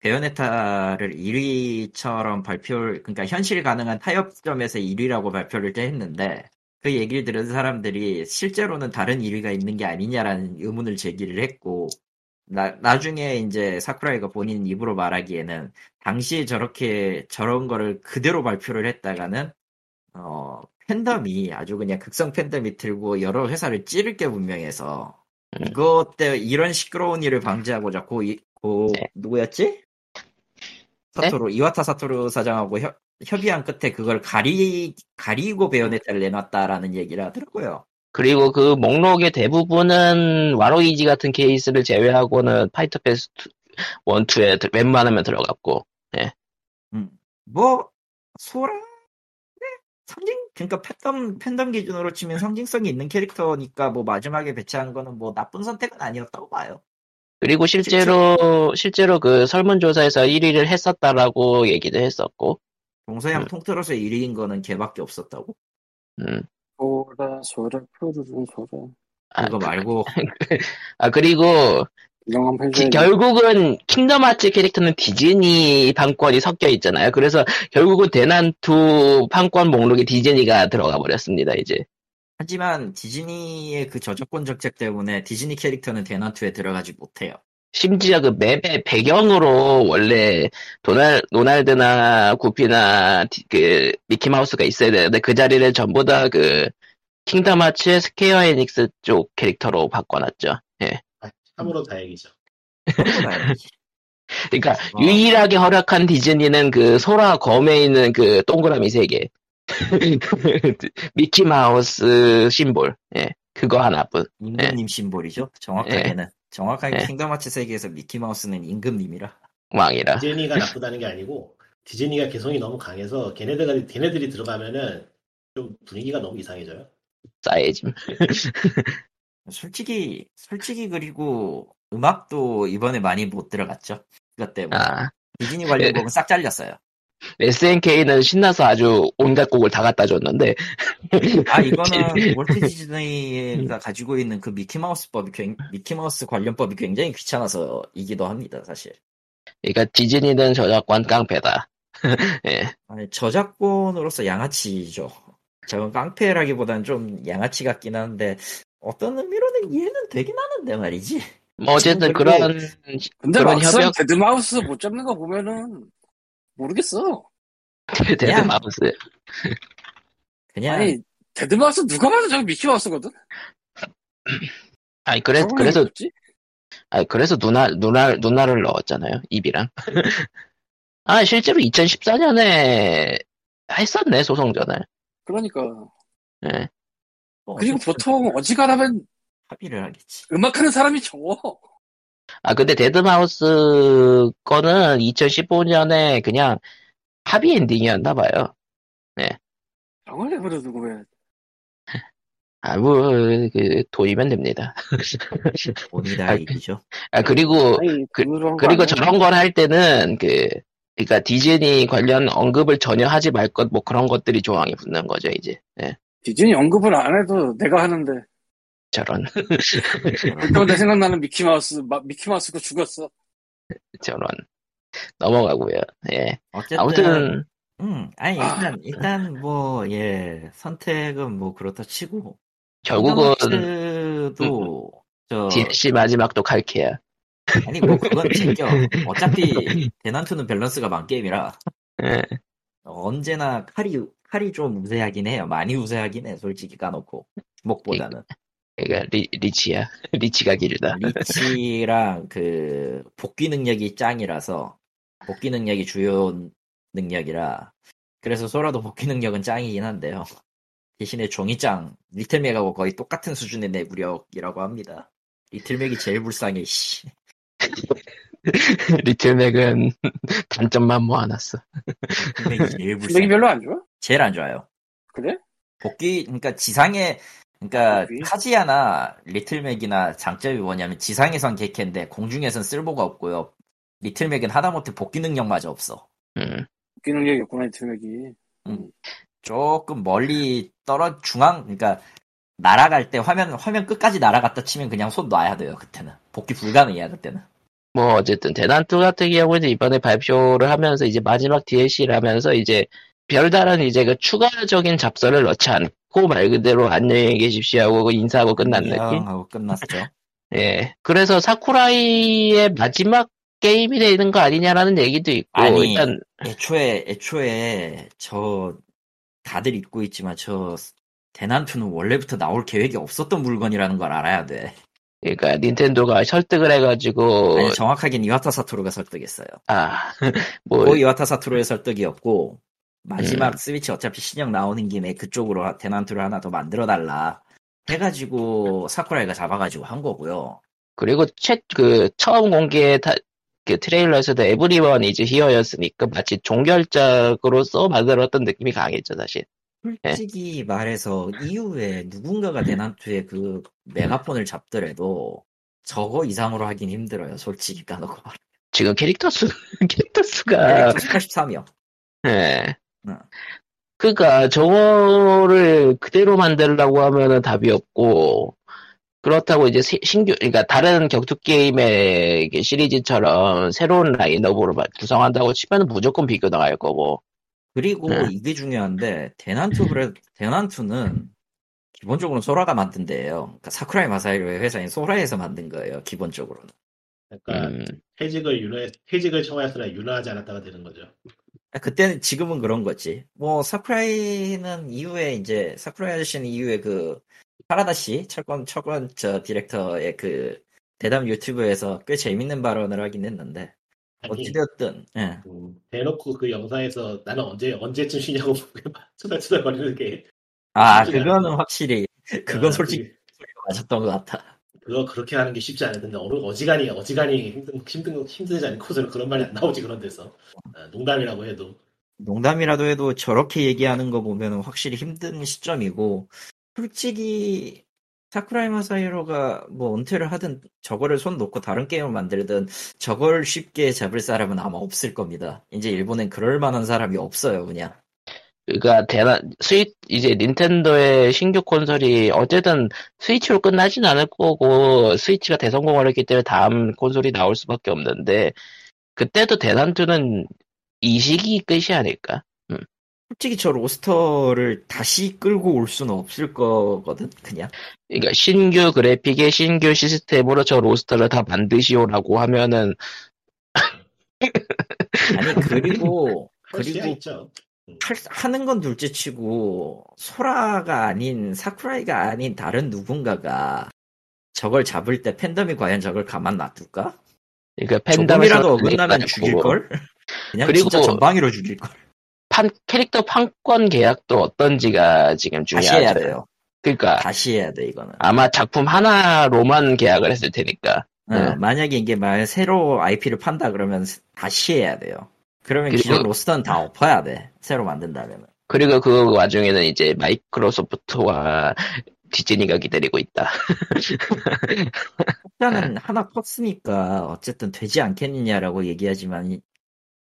베요네타를 1위처럼 발표를 그러니까 현실 가능한 타협점에서 1위라고 발표를 때 했는데 그 얘기를 들은 사람들이 실제로는 다른 1위가 있는 게 아니냐라는 의문을 제기를 했고 나, 나중에 이제 사쿠라이가 본인 입으로 말하기에는 당시에 저렇게 저런 거를 그대로 발표를 했다가는 어, 팬덤이 아주 그냥 극성 팬덤이 들고 여러 회사를 찌를 게 분명해서 음. 이것 때 이런 시끄러운 일을 방지하고자 고, 이- 고 네. 누구였지? 사토루 이와타 사토루 사장하고 협, 협의한 끝에 그걸 가리 가리고 베요네타를 내놨다라는 얘기를 하더라고요. 그리고 그 목록의 대부분은 와로이지 같은 케이스를 제외하고는 파이터 패스 1, 2에 웬만하면 들어갔고 뭐 소라 네? 상징 그러니까 팬덤 팬덤 기준으로 치면 상징성이 있는 캐릭터니까 뭐 마지막에 배치한 거는 뭐 나쁜 선택은 아니었다고 봐요. 그리고 실제로 실제로 그 설문조사에서 1위를 했었다라고 얘기도 했었고 동서양 음. 통틀어서 1위인 거는 걔밖에 없었다고. 음. 소라, 소라, 푸르른 소라. 그, 아, 그거 말고 아 그리고 이런 건 기- 팬들 결국은 킹덤 아츠 캐릭터는 디즈니 판권이 섞여 있잖아요. 그래서 결국은 대난투 판권 목록에 디즈니가 들어가 버렸습니다. 이제 하지만 디즈니의 그 저작권 정책 때문에 디즈니 캐릭터는 대난투에 들어가지 못해요. 심지어 그 맵의 배경으로 원래 도날 노날드나 구피나 디- 그 미키 마우스가 있어야 되는데 그 자리를 전부 다 그 킹덤 아츠의 스퀘어 에닉스 쪽 캐릭터로 바꿔놨죠. 예. 음. 참으로 다행이죠. 그러니까 그러니까 어. 유일하게 허락한 디즈니는 그 소라 검에 있는 그 동그라미 세 개. 미키 마우스 심볼. 예. 그거 하나뿐. 임금님 네. 심볼이죠. 정확하게는 정확하게 예. 킹덤 하츠 세계에서 미키 마우스는 임금님이라. 아. 왕이라. 디즈니가 나쁘다는 게 아니고 디즈니가 개성이 너무 강해서 걔네들이 걔네들이 들어가면은 좀 분위기가 너무 이상해져요. 싸해짐. 솔직히 솔직히 그리고 음악도 이번에 많이 못 들어갔죠. 그것 때문에 아. 디즈니 관련 예. 곡은 싹 잘렸어요. SNK는 신나서 아주 온갖 곡을 다 갖다 줬는데. 아 이거는 월트 디즈니가 가지고 있는 그 미키 마우스 법이 굉- 미키 마우스 관련 법이 굉장히 귀찮아서이기도 합니다. 사실. 그러니까 디즈니는 저작권 깡패다. 예. 아니, 저작권으로서 양아치죠. 저건 깡패라기보다는 좀 양아치 같긴 한데 어떤 의미로는 이해는 되긴 하는데 말이지. 뭐 어쨌든 그리고 그런 근데 그런 막상 협약- 데드마우스 못 잡는 거 보면은 모르겠어 데드 마우스. 그냥 아니 데드마우스 누가 봐도 저기 미키마우스거든 아니 네, 그래 저거는 그래서 뭐지? 아, 그래서 누나, 누나, 누나를 넣었잖아요. 입이랑. 아, 실제로 2014년에 했었네, 소송전을. 그러니까 예. 뭐 그리고 어쨌든 보통 어지간하면 합의를 하겠지. 음악하는 사람이 적어 아, 근데 데드마우스 거는 2015년에 그냥 합의 엔딩이었나 봐요. 병을 내버려두고 왜 아, 뭐, 그, 도이면 됩니다. 본이다 아, 얘기죠. 아, 그리고, 아니 그- 그런 거 그리고 아니야. 저런 걸 할 때는 그, 그러니까 디즈니 관련 언급을 전혀 하지 말 것, 뭐 그런 것들이 조항이 붙는 거죠, 이제. 예, 디즈니 언급을 안 해도 내가 하는데 저런, 그때 생각나는 미키마우스 마- 미키마우스 그거 죽었어 저런. 넘어가고요. 예. 어쨌든 아무튼, 음 아니 아. 일단 일단 뭐 예 선택은 뭐 그렇다 치고 결국은, 도 저, DLC 마지막도 칼케야. 아니, 뭐, 그건 제껴. 어차피, 대난투는 밸런스가 만게임이라. 예. 언제나 칼이 칼이 좀 우세하긴 해요. 많이 우세하긴 해. 솔직히 까놓고 목보다는 그러니까 리, 리치야. 리치가 길다. 리치랑 그 복귀 능력이 짱이라서 복귀 능력이 주요 능력이라 그래서 소라도 복귀 능력은 짱이긴 한데요. 대신에 종이짱 리틀맥하고 거의 똑같은 수준의 내구력이라고 합니다. 리틀맥이 제일 불쌍해. 씨. 리틀맥은 단점만 모아놨어. 리틀맥이 제일 분위기 불쌍해. 별로 안 좋아? 제일 안 좋아요. 그래? 복귀 그러니까 지상에 그러니까 복귀? 카지아나 리틀맥이나 장점이 뭐냐면 지상에선 개캔데 공중에선 쓸모가 없고요. 리틀맥은 하다못해 복귀 능력마저 없어. 음. 웃기 능력이 없구나 이 팀에게 조금 멀리 떨어 중앙 그러니까 날아갈 때 화면 화면 끝까지 날아갔다 치면 그냥 손 놔야 돼요 그때는 복귀 불가능해요 그때는 뭐 어쨌든 대난투 같은 경우는 이번에 발표를 하면서 이제 마지막 DLC라면서 이제 별다른 이제 그 추가적인 잡설을 넣지 않고 말 그대로 안녕히 계십시오 하고 그 인사하고 끝난 느낌. 하고 끝났죠. 예. 그래서 사쿠라이의 마지막 게임이 되는 거 아니냐라는 얘기도 있고 아니. 일단 애초에 애초에 저 다들 잊고 있지만 저 대난투는 원래부터 나올 계획이 없었던 물건이라는 걸 알아야 돼. 그러니까 닌텐도가 설득을 해가지고 아니 정확하긴 이와타 사토루가 설득했어요. 아뭐 고 이와타 사토루의 설득이었고 마지막 스위치 어차피 신형 나오는 김에 그쪽으로 하- 대난투를 하나 더 만들어 달라 해가지고 사쿠라이가 잡아가지고 한 거고요. 그리고 최, 그, 처음 공개 타, 그 트레일러에서도 에브리원 이제 히어였으니까 마치 종결작으로서 만들었던 느낌이 강했죠, 사실. 솔직히 말해서 이후에 누군가가 대난투의 그 메가폰을 잡더라도 저거 이상으로 하긴 힘들어요. 솔직히 까놓고 말해. 지금 캐릭터 수, 캐릭터 수가, 83이요. 예. 그러니까 응. 그니까, 저거를 그대로 만들려고 하면은 답이 없고, 그렇다고 이제 시- 신규 그러니까 다른 격투 게임의 이게 시리즈처럼 새로운 라인업으로 마- 구성한다고 치면 무조건 비교 나갈 거고 그리고 네. 이게 중요한데 대난투 브레 대난투는 기본적으로 소라가 만든 데예요. 그러니까 사쿠라이 마사히로의 회사인 소라에서 만든 거예요. 기본적으로는. 그러니까 음, 퇴직을 유나 퇴직을 청하였으나 유나하지 않았다가 되는 거죠. 그때는 지금은 그런 거지. 뭐 사쿠라이는 이후에 이제 사쿠라이 아저씨는 이후에 그 파라다 씨 철권 철권 저 디렉터의 그 대담 유튜브에서 꽤 재밌는 발언을 하긴 했는데 아니, 어찌되었든 예. 음, 대놓고 그 영상에서 나는 언제 언제쯤 쉬냐고 투덜투덜거리는 게 아 쉽지 않아요. 그거는 확실히 아, 그건 솔직히 맞았던 것 같아. 그거 그렇게 하는 게 쉽지 않은데 어, 어지간히 어지간히 힘든 힘든 힘들지 않고서는 그런 말이 안 나오지 그런 데서 아, 농담이라고 해도 농담이라도 해도 저렇게 얘기하는 거 보면 확실히 힘든 시점이고 솔직히 사쿠라이 마사히로가 뭐 은퇴를 하든 저거를 손 놓고 다른 게임을 만들든 저걸 쉽게 잡을 사람은 아마 없을 겁니다. 이제 일본엔 그럴 만한 사람이 없어요, 그냥. 그러니까 대단 스위 이제 닌텐도의 신규 콘솔이 어쨌든 스위치로 끝나진 않을 거고 스위치가 대성공을 했기 때문에 다음 콘솔이 나올 수밖에 없는데 그때도 대단투는 이 시기 끝이 아닐까? 솔직히 저 로스터를 다시 끌고 올 수는 없을 거거든, 그냥. 그러니까 신규 그래픽에 신규 시스템으로 저 로스터를 다 만드시오라고 하면은 아니 그리고 할 수야 그리고 있죠. 할- 하는 건 둘째치고 소라가 아닌 사쿠라이가 아닌 다른 누군가가 저걸 잡을 때 팬덤이 과연 저걸 가만 놔둘까? 그러니까 그 팬덤에서 조금이라도 어긋나면 죽일 걸? 그냥 그리고- 진짜 전방위로 죽일 걸. 판 캐릭터 판권 계약도 어떤지가 지금 다시 해야 중요하죠. 돼요. 그러니까 다시 해야 돼 이거는. 아마 작품 하나로만 계약을 했을 테니까. 네. 어, 만약에 이게 만 새로 IP를 판다 그러면 스- 다시 해야 돼요. 그러면 그리고- 기존 로스터는 다 엎어야 돼. 새로 만든다면. 그리고 그 와중에는 이제 마이크로소프트와 디즈니가 기다리고 있다. 일단은 네. 하나 컸으니까 어쨌든 되지 않겠느냐라고 얘기하지만 이-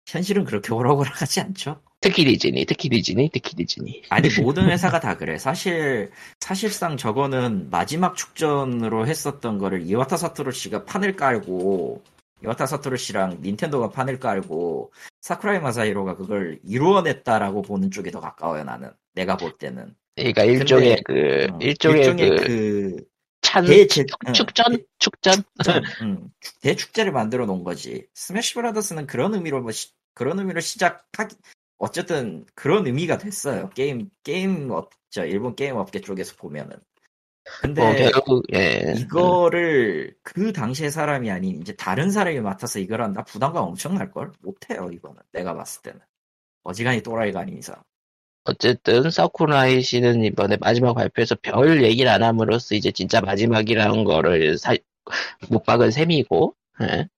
현실은 그렇게 오락오락하지 않죠. 특히 디즈니, 특히 디즈니, 특히 디즈니. 아니 모든 회사가 다 그래. 사실 사실상 저거는 마지막 축전으로 했었던 거를 이와타 사토루 씨가 판을 깔고 이와타 사토루 씨랑 닌텐도가 판을 깔고 사쿠라이 마사히로가 그걸 이루어냈다라고 보는 쪽이 더 가까워요 나는. 내가 볼 때는 그러니까 일종의 그 어, 일종의, 그, 어. 그 찬 대제- 어. 응, 축전 축전 축전, 응, 축- 대축제를 만들어 놓은 거지. 스매시 브라더스는 그런 의미로 뭐 시- 그런 의미로 시작하기 어쨌든 그런 의미가 됐어요. 게임 게임 업저 일본 게임 업계 쪽에서 보면은. 근데 뭐 결국 네, 예 이거를 그 당시의 사람이 아닌 이제 다른 사람이 맡아서 이걸 한다 부담감 엄청날 걸 못해요 이거는 내가 봤을 때는 어지간히 또라이가 아닌 이상. 어쨌든 사쿠라이 씨는 이번에 마지막 발표에서 별 얘기를 안 함으로써 이제 진짜 마지막이라는 거를 사- 못 박은 셈이고 예.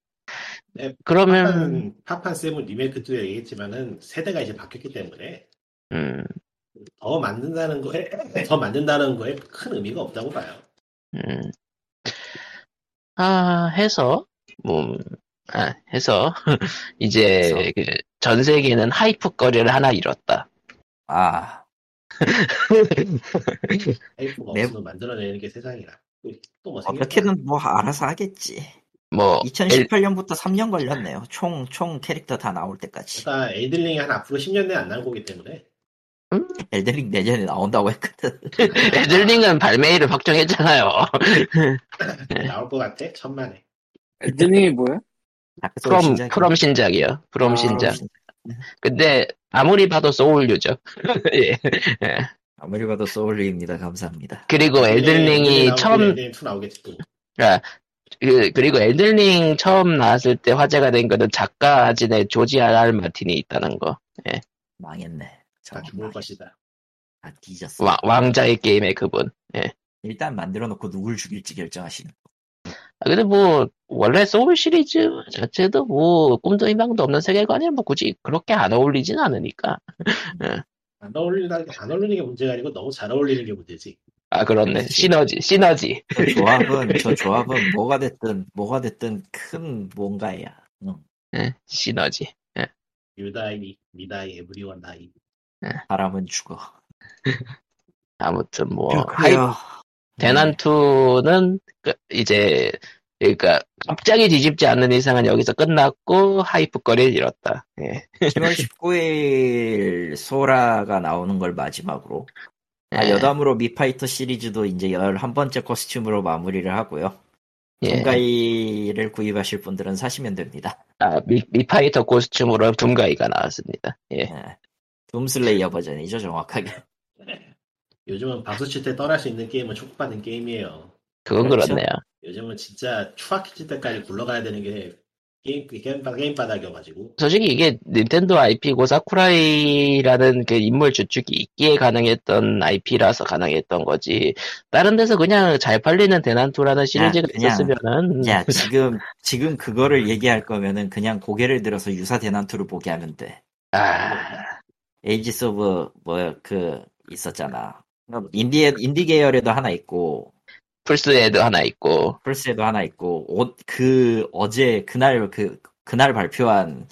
네, 음. 그러면 파판 파판 세븐 리메이크 도 얘기했지만은 세대가 이제 바뀌었기 때문에 음, 더 만든다는 거에 더 만든다는 거에 큰 의미가 없다고 봐요. 음. 아, 해서, 뭐, 아, 해서, 이제, 그, 전 세계는 하이프거리를 하나 잃었다. 아 에이프가 네. 없으면 만들어내는 게 세상이라. 또뭐 어떻게든 뭐 알아서 하겠지. 어, 뭐, 엘- 2018년부터 3년 걸렸네요. 총 총 캐릭터 다 나올 때까지. 그러니까 에이들링이 한 앞으로 10년 내에 안 나올 거기 때문에 엘든링 내년에 나온다고 했거든. 엘들링은 발매일을 확정했잖아요. 나올 것 같아 천만에. 네. 엔딩이 뭐야? 다크 소울 프롬, 신작이. 프롬 신작이요. 프롬 아, 신작. 근데, 아무리 봐도 소울류죠. 예. 아무리 봐도 소울리입니다. 감사합니다. 그리고 아, 예, 엘들링이 처음, 엘든2 나오겠지 또. 그, 그리고 엘들링 처음 나왔을 때 화제가 된 거는 작가 진의 조지 R.R. 마틴이 있다는 거. 망했네. 다 저건 죽을 망- 것이다. 아 뒤졌어. 왕, 왕자의 게임의 그분. 일단 만들어 놓고 누굴 죽일지 결정하시는. 아, 근데 뭐, 원래 소울 시리즈 자체도 뭐, 꿈도 희망도 없는 세계관이 뭐, 굳이 그렇게 안 어울리진 않으니까. 안 어울리는 안 어울리는 게 문제가 아니고 너무 잘 어울리는 게 문제지. 아, 그렇네. 그치. 시너지, 시너지. 저 조합은 저 조합은 뭐가 됐든 뭐가 됐든 큰 뭔가야. 응. 예, 네. 시너지. 유다이, 미다이, 에브리원 다이. 바람은 죽어. 아무튼 뭐, 하이, 그렇고요. 대난2는 그 이제 그러니까 갑자기 뒤집지 않는 이상은 여기서 끝났고 하이프거리를 잃었다. 예. 10월 19일 네. 소라가 나오는 걸 마지막으로 아, 예. 여담으로 미파이터 시리즈도 이제 11번째 코스튬으로 마무리를 하고요. 예. 둠가이를 구입하실 분들은 사시면 됩니다. 아, 미, 미파이터 코스튬으로 둠가이가 나왔습니다. 예. 예. 둠슬레이어 버전이죠 정확하게. 요즘은 박수 칠 때 떠날 수 있는 게임은 축복받는 게임이에요. 그건 그 그렇죠. 렇네요 요즘은 진짜 추악해질 때까지 굴러가야 되는 게 게임 게임, 바- 게임 바닥이어가지고 솔직히 이게 닌텐도 IP고 사쿠라이라는 그 인물 주축이 있기에 가능했던 IP라서 가능했던 거지. 다른 데서 그냥 잘 팔리는 대난투라는 시리즈가 그냥- 있었으면은 야 지금 지금 그거를 얘기할 거면은 그냥 고개를 들어서 유사 대난투를 보게 하면 돼. 아, 에이지스 오브 뭐그 있었잖아. 인디 인디 계열에도 하나 있고 플스에도 하나 있고 플스에도 하나 있고 오- 그 어제 그날 그 그날 발표한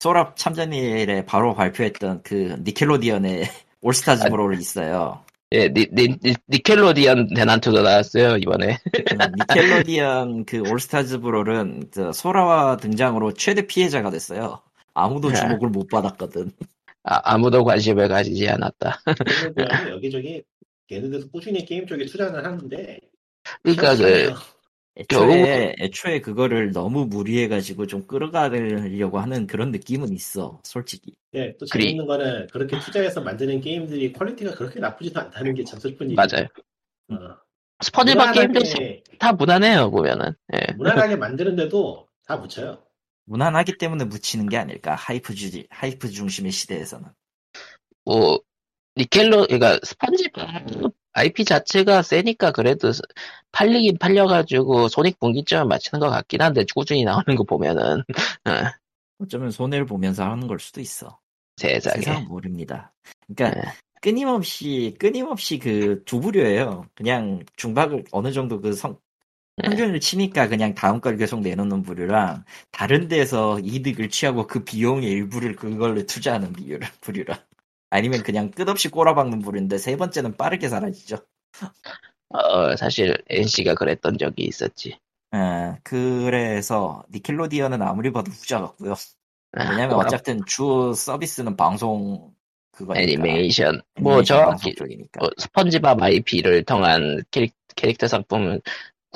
소랍 참전일에 바로 발표했던 그 니켈로디언의 올스타즈모로를 있어요. 예, 니, 니, 니- 니켈로디언 대난투도 나왔어요 이번에. 음, 니켈로디언 그 올스타즈브롤은 저 소라와 등장으로 최대 피해자가 됐어요. 아무도 네. 주목을 못 받았거든. 아, 아무도 관심을 가지지 않았다. 걔네들하고 여기저기 걔네들도 꾸준히 게임 쪽에 투자를 하는데 그러니까 그 애초에, 애초에 그거를 너무 무리해가지고 좀 끌어가려고 하는 그런 느낌은 있어, 솔직히. 예, 또 그리- 재밌는 거는 그렇게 투자해서 만드는 게임들이 퀄리티가 그렇게 나쁘지도 않다는 게 참 슬픈 일이죠. 어. 맞아요. 스퍼질바 게임도 다 무난해요 보면은. 예. 무난하게 만드는데도 다 묻혀요. 무난하기 때문에 묻히는 게 아닐까, 하이프 주지, 하이프 중심의 시대에서는. 뭐 니켈로 그러니까 스펀지밥 IP 자체가 세니까 그래도 스- 팔리긴 팔려가지고 손익 분기점을 맞추는 것 같긴 한데 꾸준히 나오는 거 보면은 어쩌면 손해를 보면서 하는 걸 수도 있어. 세상에 네. 세상 모릅니다. 그러니까 끊임없이 끊임없이 그 두부려예요. 그냥 중박을 어느 정도 그 성, 네. 평균을 치니까 그냥 다음 걸 계속 내놓는 부류랑 다른 데서 이득을 취하고 그 비용의 일부를 그걸로 투자하는 비율 부류랑 아니면 그냥 끝없이 꼬라박는 부류인데 세 번째는 빠르게 사라지죠. 어, 사실 NC가 그랬던 적이 있었지. 예, 그래서 니켈로디언은 아무리 봐도 후자 같고요. 아, 왜냐면 뭐, 어쨌든 주 서비스는 방송 그거니까. 애니메이션 뭐 방송 정확히 쪽이니까. 어, 스펀지밥 IP를 통한 캐릭, 캐릭터 상품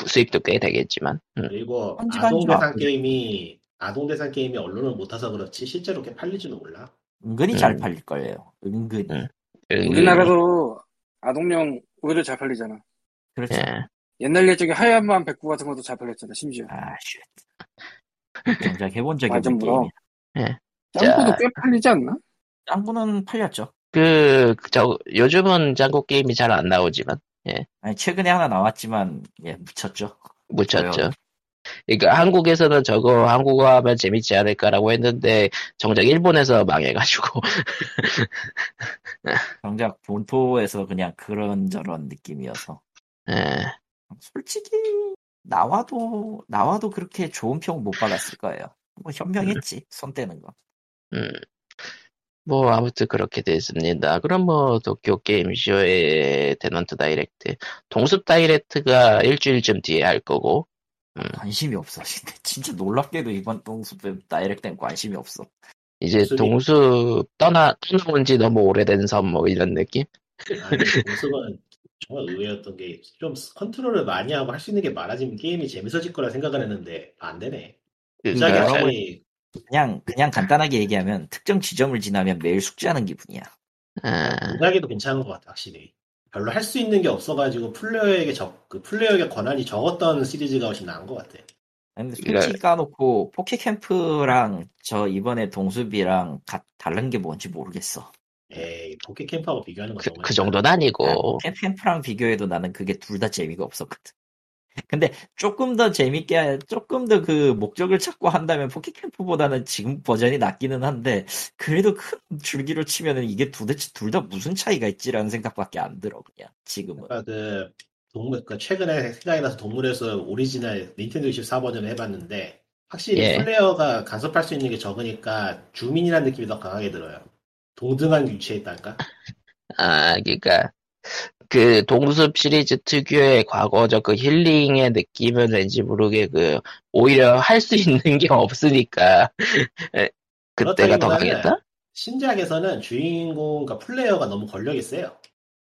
수입도 꽤 되겠지만 음. 그리고 편집하는 아동 줄 대상 알고. 게임이 아동 대상 게임이 언론을 못 타서 그렇지 실제로 꽤 팔릴지도 몰라. 은근히 잘 음. 팔릴 거예요. 은근히. 음. 그- 우리나라도 아동용 오히려 잘 팔리잖아. 그렇죠. 예. 옛날 예적에 하얀만 백구 같은 것도 잘 팔렸잖아, 심지어. 아, 쉣. 정작 해본 적이 완전 없는 물어. 게임이. 짱구도 꽤 팔리지 않나? 짱구는 팔렸죠. 그, 저, 요즘은 짱구 게임이 잘 안 나오지만, 아니, 최근에 하나 나왔지만, 예, 묻혔죠. 묻혔죠. 그러니까 한국에서는 저거 한국어 하면 재밌지 않을까라고 했는데, 정작 일본에서 망해가지고, 정작 본토에서 그냥 그런저런 느낌이어서. 예. 솔직히, 나와도, 나와도 그렇게 좋은 평 못 받았을 거예요. 뭐 현명했지, 손 떼는 거. 음. 뭐, 아무튼 그렇게 됐습니다. 그럼 뭐, 도쿄 게임쇼의 대넌트 다이렉트. 동습 다이렉트가 일주일쯤 뒤에 할 거고, 관심이 없어. 근데 진짜 놀랍게도 이번 동숲에 다이렉트엔 관심이 없어. 이제 동습이- 동습 떠나, 떠나온 지 너무 오래된 섬, 뭐, 이런 느낌? 아니, 공습은 그 정말 의외였던 게 좀 컨트롤을 많이 하고 할 수 있는 게 많아지면 게임이 재밌어질 거라 생각을 했는데 안 되네. 갑자기 그러니까 갑자기 그냥, 그냥 간단하게 얘기하면 특정 지점을 지나면 매일 숙제하는 기분이야. 예. 문학에도 괜찮은 것 같아 확실히. 별로 할 수 있는 게 없어가지고 플레이어에게 적, 그 플레이어에게 권한이 적었던 시리즈가 훨씬 나은 것 같아. 아니, 근데 네. 그러니까- 솔직히 까놓고 포켓캠프랑 저 이번에 동숲이랑 가- 다른 게 뭔지 모르겠어. 에이 포켓 캠프하고 비교하는 건 그, 너무 그 정도는 어. 예. 아니고. 포켓캠프랑 비교해도 나는 그게 둘 다 재미가 없었거든. 근데 조금 더 재밌게 조금 더 그 목적을 찾고 한다면 포켓캠프보다는 지금 버전이 낫기는 한데 그래도 큰 줄기로 치면은 이게 도대체 둘 다 무슨 차이가 있지라는 생각밖에 안 들어 그냥 네. 지금은. 아까 그 동물 그 최근에 생각이 나서 동물에서 오리지널 닌텐도 64버전을 해봤는데 확실히 예. 플레이어가 간섭할 수 있는 게 적으니까 주민이라는 느낌이 더 강하게 들어요. 동등한 위치에 있달까? 아, 그러니까 그 동숲 시리즈 특유의 과거적 그 힐링의 느낌은 왠지 모르게 그 오히려 할 수 있는 게 없으니까 그때가 더 그렇다기보다는 강했다. 신작에서는 주인공, 그러니까 플레이어가 너무 권력이 세요.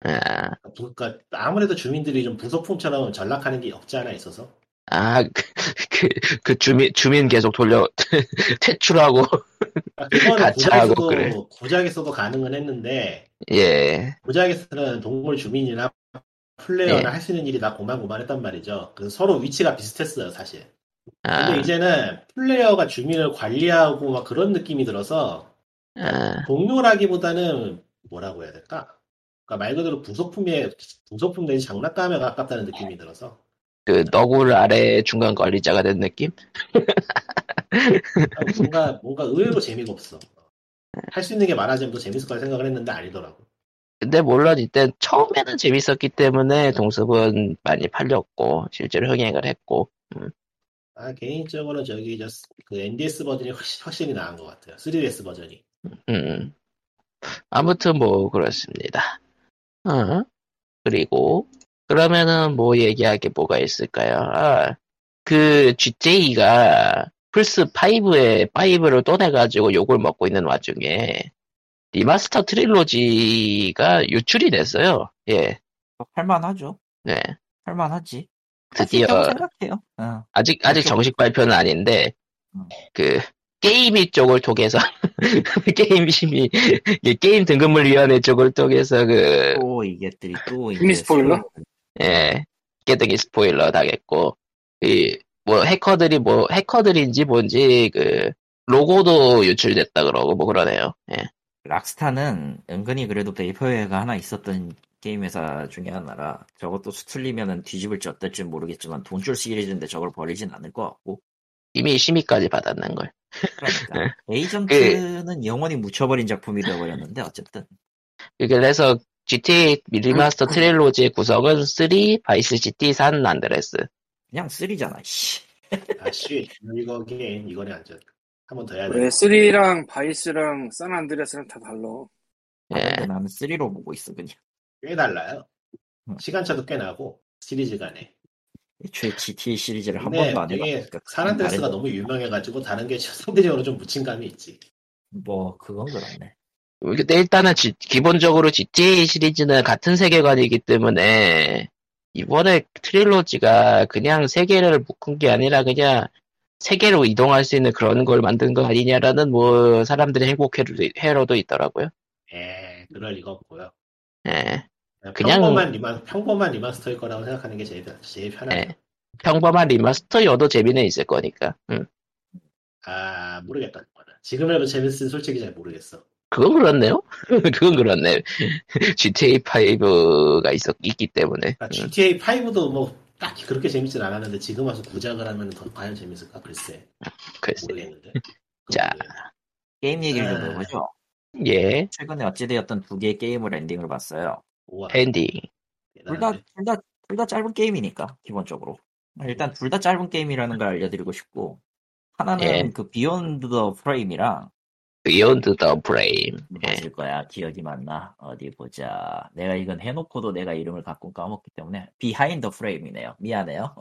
아, 부- 그러니까 아무래도 주민들이 좀 부속품처럼 전락하는 게 없지 않아 있어서 아, 그, 그, 그 주민 주민 계속 돌려 퇴출하고 그러니까 그거는 가차하고 고작에서도 그래. 고작에서도 가능은 했는데 예, 고작에서는 동물 주민이나 플레이어나 예. 할 수 있는 일이 다 고만고만했단 말이죠. 그 서로 위치가 비슷했어요 사실. 근데 아, 이제는 플레이어가 주민을 관리하고 막 그런 느낌이 들어서 아, 동료라기보다는 뭐라고 해야 될까? 그러니까 말 그대로 부속품에 부속품 내지 장난감에 가깝다는 느낌이 들어서 그 너굴 아래 중간 관리자가 된 느낌? 뭔가 뭔가 의외로 재미가 없어. 할 수 있는 게 많아지면 더 재밌을 거라 생각을 했는데 아니더라고. 근데 물론 이때 처음에는 재밌었기 때문에 동숲은 많이 팔렸고 실제로 흥행을 했고 아 개인적으로는 저기 저 그 NDS 버전이 훨씬 확실히 나은 것 같아요. 3DS 버전이. 음. 아무튼 뭐 그렇습니다. 어? 그리고 그러면은 뭐 얘기할 게 뭐가 있을까요? 아, 그 GTA가 플스 5에 5를 또 내가지고 욕을 먹고 있는 와중에 리마스터 트릴로지가 유출이 됐어요. 예, 할만하죠. 네. 할만하지. 할수 드디어 있다고 생각해요. 어. 아직 아직 정식 발표는 아닌데 그 게임이 쪽을 통해서 게임심이 게임 등급물 위원회 쪽을 통해서 그 또 이게들이 또 이미 네. 스포일러? 예, 깨등이 스포일러 당했고, 이, 뭐, 해커들이 뭐, 해커들인지 뭔지, 그, 로고도 유출됐다 그러고, 뭐 그러네요. 예. 락스타는 은근히 그래도 베이퍼웨어가 하나 있었던 게임 회사 중에 하나라 저것도 수틀리면은 뒤집을지 어떨지 모르겠지만 돈줄 시리즈인데 저걸 버리진 않을 것 같고 이미 심의까지 받았는걸. 그러니까 에이전트는 영원히 묻혀버린 작품이 되어버렸는데 어쨌든 그래서, GTA 리마스터 트릴로지의 구성은 3, 바이스 GT, 산, 안드레스. 그냥 쓰리잖아 씨. 아씨 이거 게임 이거는 안 돼. 한번 네. 더 해야 돼. 왜 3랑 바이스랑 산안드레스랑 다 달라. 예. 근데 나는 쓰리로 보고 있어 그냥 꽤 달라요. 음. 시간차도 꽤 나고 시리즈 간에. 애초에 GTA 시리즈를 한 근데 번도 안 네, 되게 해봤으니까 사란데스가 너무 유명해가지고 다른 게 상대적으로 좀 묻힌 감이 있지. 뭐 그건 그렇네 근데 일단은 지- 기본적으로 GTA 시리즈는 같은 세계관이기 때문에 이번에 트릴로지가 그냥 세계를 묶은 게 아니라 그냥 세계로 이동할 수 있는 그런 걸 만든 거 아니냐라는 뭐 사람들의 행복해로도 해로도 있더라고요. 에 예, 그럴 리가 없고요. 예. 그냥 그냥- 평범한 리마 평범한 리마스터일 거라고 생각하는 게 제일 제일 편해요. 예. 평범한 리마스터여도 재미는 있을 거니까. 음. 아 모르겠다. 그거는. 지금이라도 재밌을지 솔직히 잘 모르겠어. 그건 그렇네요. 그건 그렇네. GTA 5가 있었 있기 때문에. 네. 그러니까 음. GTA 5도 뭐 딱히 그렇게 재밌진 않았는데 지금 와서 고작을 하면 더 과연 재밌을까 글쎄 글쎄. 모르겠는데. 자. 게임 얘기를 좀 아. 해보죠 예. 최근에 어찌되었던 두 개의 게임을 엔딩을 봤어요 우와, 엔딩. 둘 다, 대단하네. 둘 다, 둘 다 짧은 게임이니까, 기본적으로. 일단 둘 다 짧은 게임이라는 걸 알려드리고 싶고, 하나는 예. 그 비욘드 더 프레임이랑 비욘드 더 브레임. 맞을 거야. 기억이 맞나? 어디 보자. 내가 이건 해놓고도 내가 이름을 가끔 까먹기 때문에 비하인드 프레임이네요. 미안해요.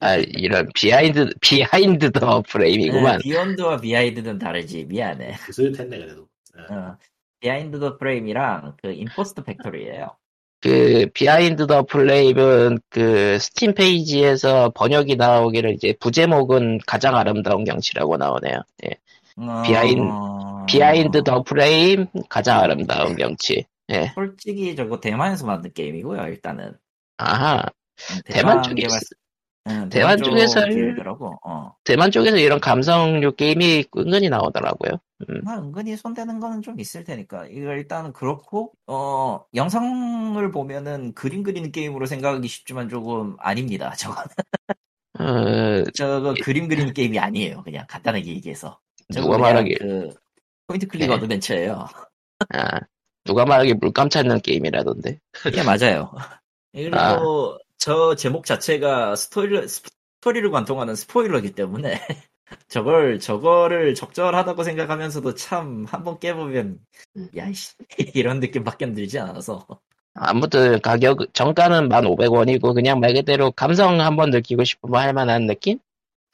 아, 이런 비하인드 비하인드 더 프레임이구만. 네. 비욘드와 비하인드는 다르지. 미안해. 기술 텐데 그래도. 어. 어, 비하인드 더 프레임이랑 그 임포스트 팩토리예요. 그 비하인드 더 프레임은 그 스팀 페이지에서 번역이 나오기를 이제 부제목은 가장 아름다운 경치라고 나오네요. 예. 비하인- 어, 비하인드 더 프레임 가장 아름다운 경치. 예. 솔직히 저거 대만에서 만든 게임이고요. 일단은 음, 아하. 대만 쪽에 개발- 응, 대만 쪽에서 할- 들더라고. 예, 어. 대만 쪽에서 이런 감성류 게임이 은근히 나오더라고요. 나 은근히 손대는 거는 좀 있을 테니까. 이거 일단은 그렇고, 어, 영상을 보면은 그림 그리는 게임으로 생각하기 쉽지만 조금 아닙니다. 저거, 어, 저거 그림 그리는 게임이 아니에요. 그냥 간단하게 얘기해서. 저거 누가 그냥 말하길 그, 포인트 클릭 네. 어드벤처예요. 아, 누가 말하길 물감 찾는 게임이라던데. 예, 맞아요. 예, 아. 그리고 저 제목 자체가 스토리, 스토리를 관통하는 스포일러이기 때문에 저걸, 저거를 적절하다고 생각하면서도 참 한번 깨보면, 야이씨, 이런 느낌밖에 들지 않아서. 아무튼 가격 정가는 1,500원이고 그냥 말 그대로 감성 한번 느끼고 싶으면 할 만한 느낌?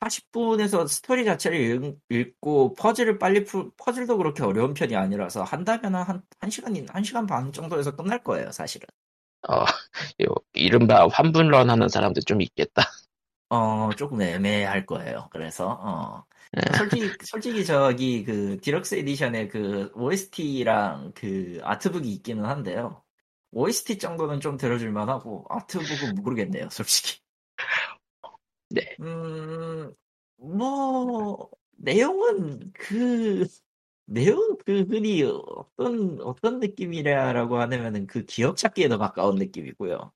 40분에서 스토리 자체를 읽- 읽고 퍼즐을 빨리 풀 퍼즐도 그렇게 어려운 편이 아니라서 한다면 한, 한 시간, 한 시간 반 정도에서 끝날 거예요, 사실은. 어, 요 이른바 환불런 하는 사람들 좀 있겠다. 어, 조금 애매할 거예요. 그래서, 어. 솔직히, 솔직히 저기 그 디럭스 에디션에 그 OST랑 그 아트북이 있기는 한데요. OST 정도는 좀 들어줄만 하고, 아트북은 모르겠네요, 솔직히. 네. 음, 뭐, 내용은 그, 내용 그 흔히 어떤, 어떤 느낌이라고 하면은 그 기억 찾기에 더 가까운 느낌이고요.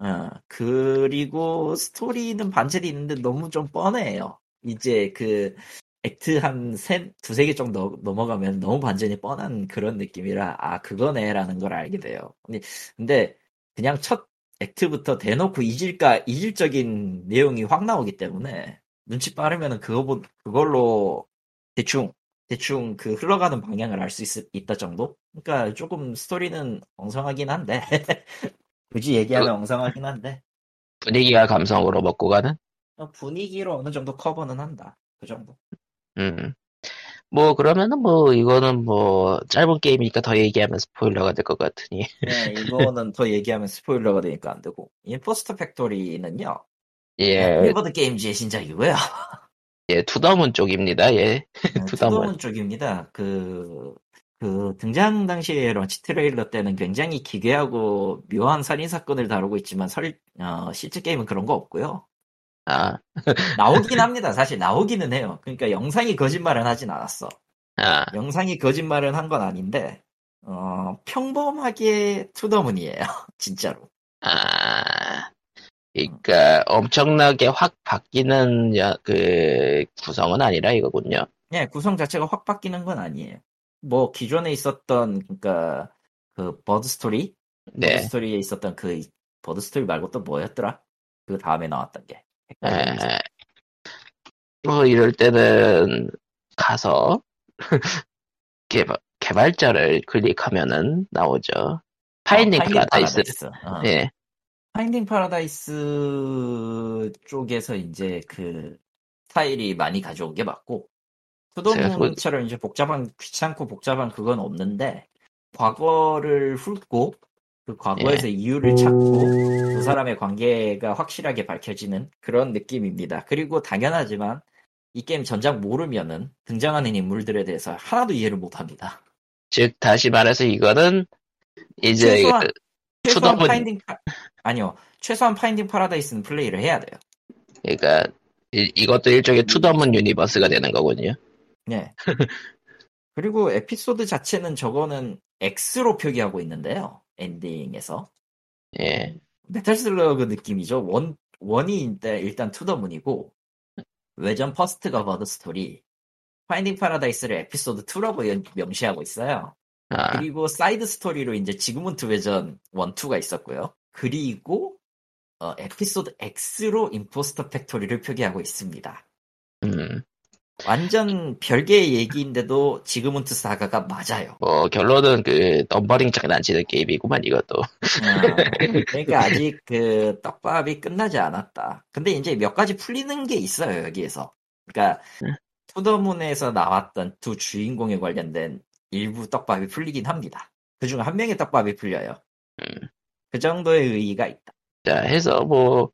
어, 그리고 스토리는 반절이 있는데 너무 좀 뻔해요. 이제 그 액트 한 세, 두세 개 정도 넘어가면 너무 반전이 뻔한 그런 느낌이라, 아, 그거네라는 걸 알게 돼요. 근데, 근데 그냥 첫 액트부터 대놓고 이질까, 이질적인 내용이 확 나오기 때문에 눈치 빠르면은 그거, 보- 그걸로 대충, 대충 그 흘러가는 방향을 알 수 있다 정도? 그러니까 조금 스토리는 엉성하긴 한데. 굳이 얘기하면 엉성하긴 한데 분위기가 감성으로 먹고 가는? 어, 분위기로 어느 정도 커버는 한다 그 정도 음. 뭐 그러면은 뭐 이거는 뭐 짧은 게임이니까 더 얘기하면 스포일러가 될 것 같으니 네 이거는 더 얘기하면 스포일러가 되니까 안 되고 임포스터 팩토리는요 예, 빌보드 게임즈의 신작이고요 예 투더문 쪽입니다. 예, 투다문. 투더문 어, 쪽입니다 그, 그 등장 당시에 런치 트레일러 때는 굉장히 기괴하고 묘한 살인사건을 다루고 있지만 설, 어, 실제 게임은 그런 거 없고요 아, 나오긴 합니다 사실 나오기는 해요 그러니까 영상이 거짓말은 하진 않았어 아, 영상이 거짓말은 한 건 아닌데 어, 평범하게 투더문이에요 진짜로 아. 그러니까 엄청나게 확 바뀌는 야- 그 구성은 아니라 이거군요. 예 구성 자체가 확 바뀌는 건 아니에요 뭐 기존에 있었던 그러니까 그 버드 스토리 버드 네. 스토리에 있었던 그 버드 스토리 말고 또 뭐였더라 그 다음에 나왔던 게 에, 뭐 이럴 때는 가서 개발, 개발자를 클릭하면은 나오죠. 아, 파인딩 파라다이스. 어. 예. 파인딩 파라다이스 쪽에서 이제 그 스타일이 많이 가져온 게 맞고 투도문처럼 이제 복잡한 귀찮고 복잡한 그건 없는데 과거를 훑고 그 과거에서 이유를 찾고 두 사람의 관계가 확실하게 밝혀지는 그런 느낌입니다. 그리고 당연하지만 이 게임 전작 모르면은 등장하는 인물들에 대해서 하나도 이해를 못합니다. 즉 다시 말해서 이거는 이제 최소한 최소한 투더문. 파인딩 파 아니요 최소한 파인딩 파라다이스는 플레이를 해야 돼요. 그러니까 이, 이것도 일종의 투더문 유니버스가 되는 거군요. 네. 그리고 에피소드 자체는 저거는 X로 표기하고 있는데요. 엔딩에서. 예. 메탈 슬러그 느낌이죠. 원, 원이 일단, 일단 투더문이고, 외전 퍼스트가 버드 스토리, 파인딩 파라다이스를 에피소드 2라고 연- 명시하고 있어요. 아, 그리고 사이드 스토리로 이제 지금은 투회전 1, 2가 있었고요. 그리고 어, 에피소드 X로 임포스터 팩토리를 표기하고 있습니다. 음. 완전 별개의 얘기인데도 지금은 투 사가가 맞아요. 뭐 결론은 그 넘버링 장난치는 게임이구만 이것도. 어, 그러니까 아직 그 떡밥이 끝나지 않았다. 근데 이제 몇 가지 풀리는 게 있어요, 여기에서. 그러니까 투더문에서 나왔던 두 주인공에 관련된 일부 떡밥이 풀리긴 합니다. 그중 한 명의 떡밥이 풀려요. 음. 그 정도의 의의가 있다. 자, 해서 뭐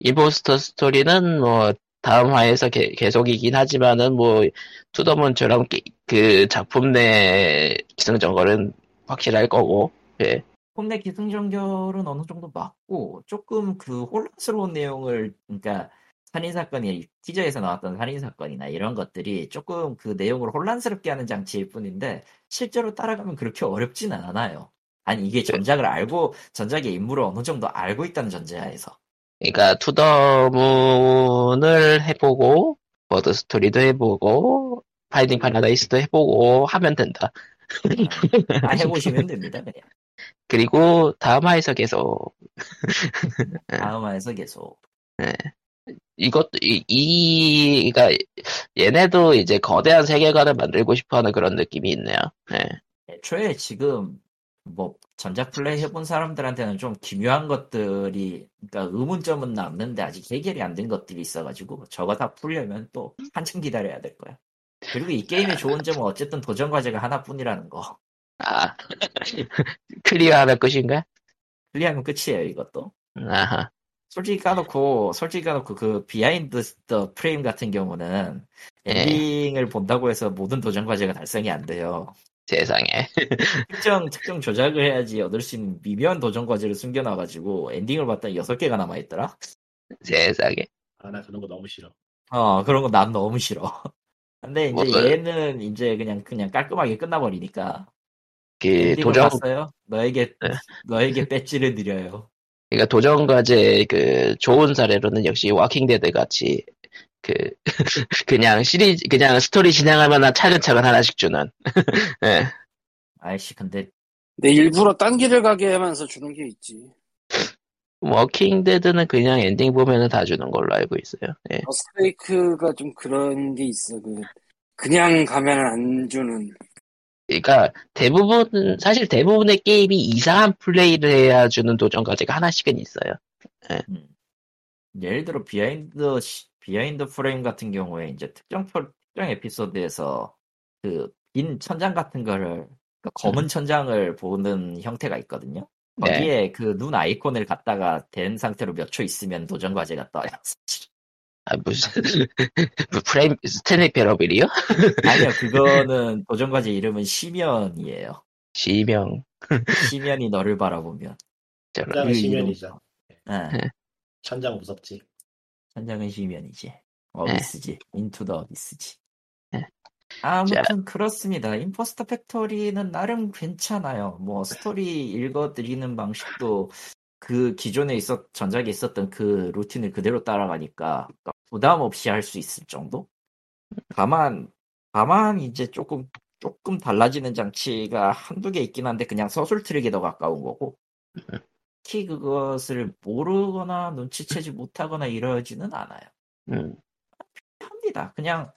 임포스터 스토리는 뭐 다음 화에서 개- 계속이긴 하지만은 뭐 투더문처럼 게- 그 작품 내 기승전결은 확실할 거고. 예. 홈내 기승전결은 어느 정도 맞고 조금 그 혼란스러운 내용을 그러니까 살인 사건이 티저에서 나왔던 살인 사건이나 이런 것들이 조금 그 내용을 혼란스럽게 하는 장치일 뿐인데 실제로 따라가면 그렇게 어렵지는 않아요. 아니 이게 전작을 알고 전작의 인물을 어느 정도 알고 있다는 전제하에서 그러니까 투더문을 해보고 버드 스토리도 해보고 파이딩 파라다이스도 해보고 하면 된다. 다 해보시면 됩니다 그냥 그리고 다음 화에서 계속 다음 화에서 계속 이것도 이, 이 그러니까 얘네도 이제 네. 거대한 세계관을 만들고 싶어하는 그런 느낌이 있네요. 예. 애초에 지금 뭐 전작 플레이 해본 사람들한테는 좀 기묘한 것들이 그러니까 의문점은 남는데 아직 해결이 안 된 것들이 있어가지고 저거 다 풀려면 또 한참 기다려야 될 거야. 그리고 이 게임의 좋은 점은 어쨌든 도전 과제가 하나뿐이라는 거. 아 클리어하는 것인가? 클리어하면 끝이에요 이것도. 아하. 솔직히 까놓고 솔직히 까놓고 그 비하인드 더 프레임 같은 경우는 예. 엔딩을 본다고 해서 모든 도전 과제가 달성이 안 돼요. 세상에. 특정 특정 조작을 해야지 얻을 수 있는 미묘한 도전 과제를 숨겨놔가지고 엔딩을 봤더니 여섯 개가 남아 있더라. 세상에. 아, 나 그런 거 너무 싫어. 어 그런 거 난 너무 싫어. 근데 이제 맞아요. 얘는 이제 그냥 그냥 깔끔하게 끝나버리니까 그 엔딩을 도전 봤어요. 너에게 네. 너에게 배지를 드려요. 그러니까 도전 과제 그 좋은 사례로는 역시 워킹 데드 같이 그 그냥 시리즈 그냥 스토리 진행하면 차근차근 하나씩 주는. 예. 아이씨 근데 내 일부러 딴 길을 가게 하면서 주는 게 있지. 워킹 데드는 그냥 엔딩 보면은 다 주는 걸로 알고 있어요. 예. 어스테이크가 좀 그런 게 있어. 그 그냥 가면 안 주는. 그러니까 대부분 사실 대부분의 게임이 이상한 플레이를 해야 주는 도전 과제가 하나씩은 있어요. 음. 예를 들어 비하인드 시- 비하인드 프레임 같은 경우에 이제 특정 프로- 특정 에피소드에서 그 빈 천장 같은 거를 그러니까 검은 천장을 보는 형태가 있거든요. 네. 거기에 그 눈 아이콘을 갖다가 된 상태로 몇 초 있으면 도전 과제가 떠요. 아 무슨 뭐 프레임 스탠리 패러빌이요? 아니요, 그거는 도전 과제 이름은 시면이에요. 지명 시면이 너를 바라보면. 저런. 천장은 음, 시면이죠. 예, 천장 무섭지. 천장은 시면이지. 어비스지. 인투 더 어비스지. 네. 아무튼 그렇습니다. 임포스터 팩토리는 나름 괜찮아요. 뭐 스토리 읽어드리는 방식도 그 기존에 있었 전작에 있었던 그 루틴을 그대로 따라가니까 그러니까 부담 없이 할 수 있을 정도. 다만 다만 이제 조금 조금 달라지는 장치가 한두 개 있긴 한데 그냥 서술 트릭에 더 가까운 거고 특히 그것을 모르거나 눈치채지 못하거나 이러지는 않아요. 음. 합니다. 그냥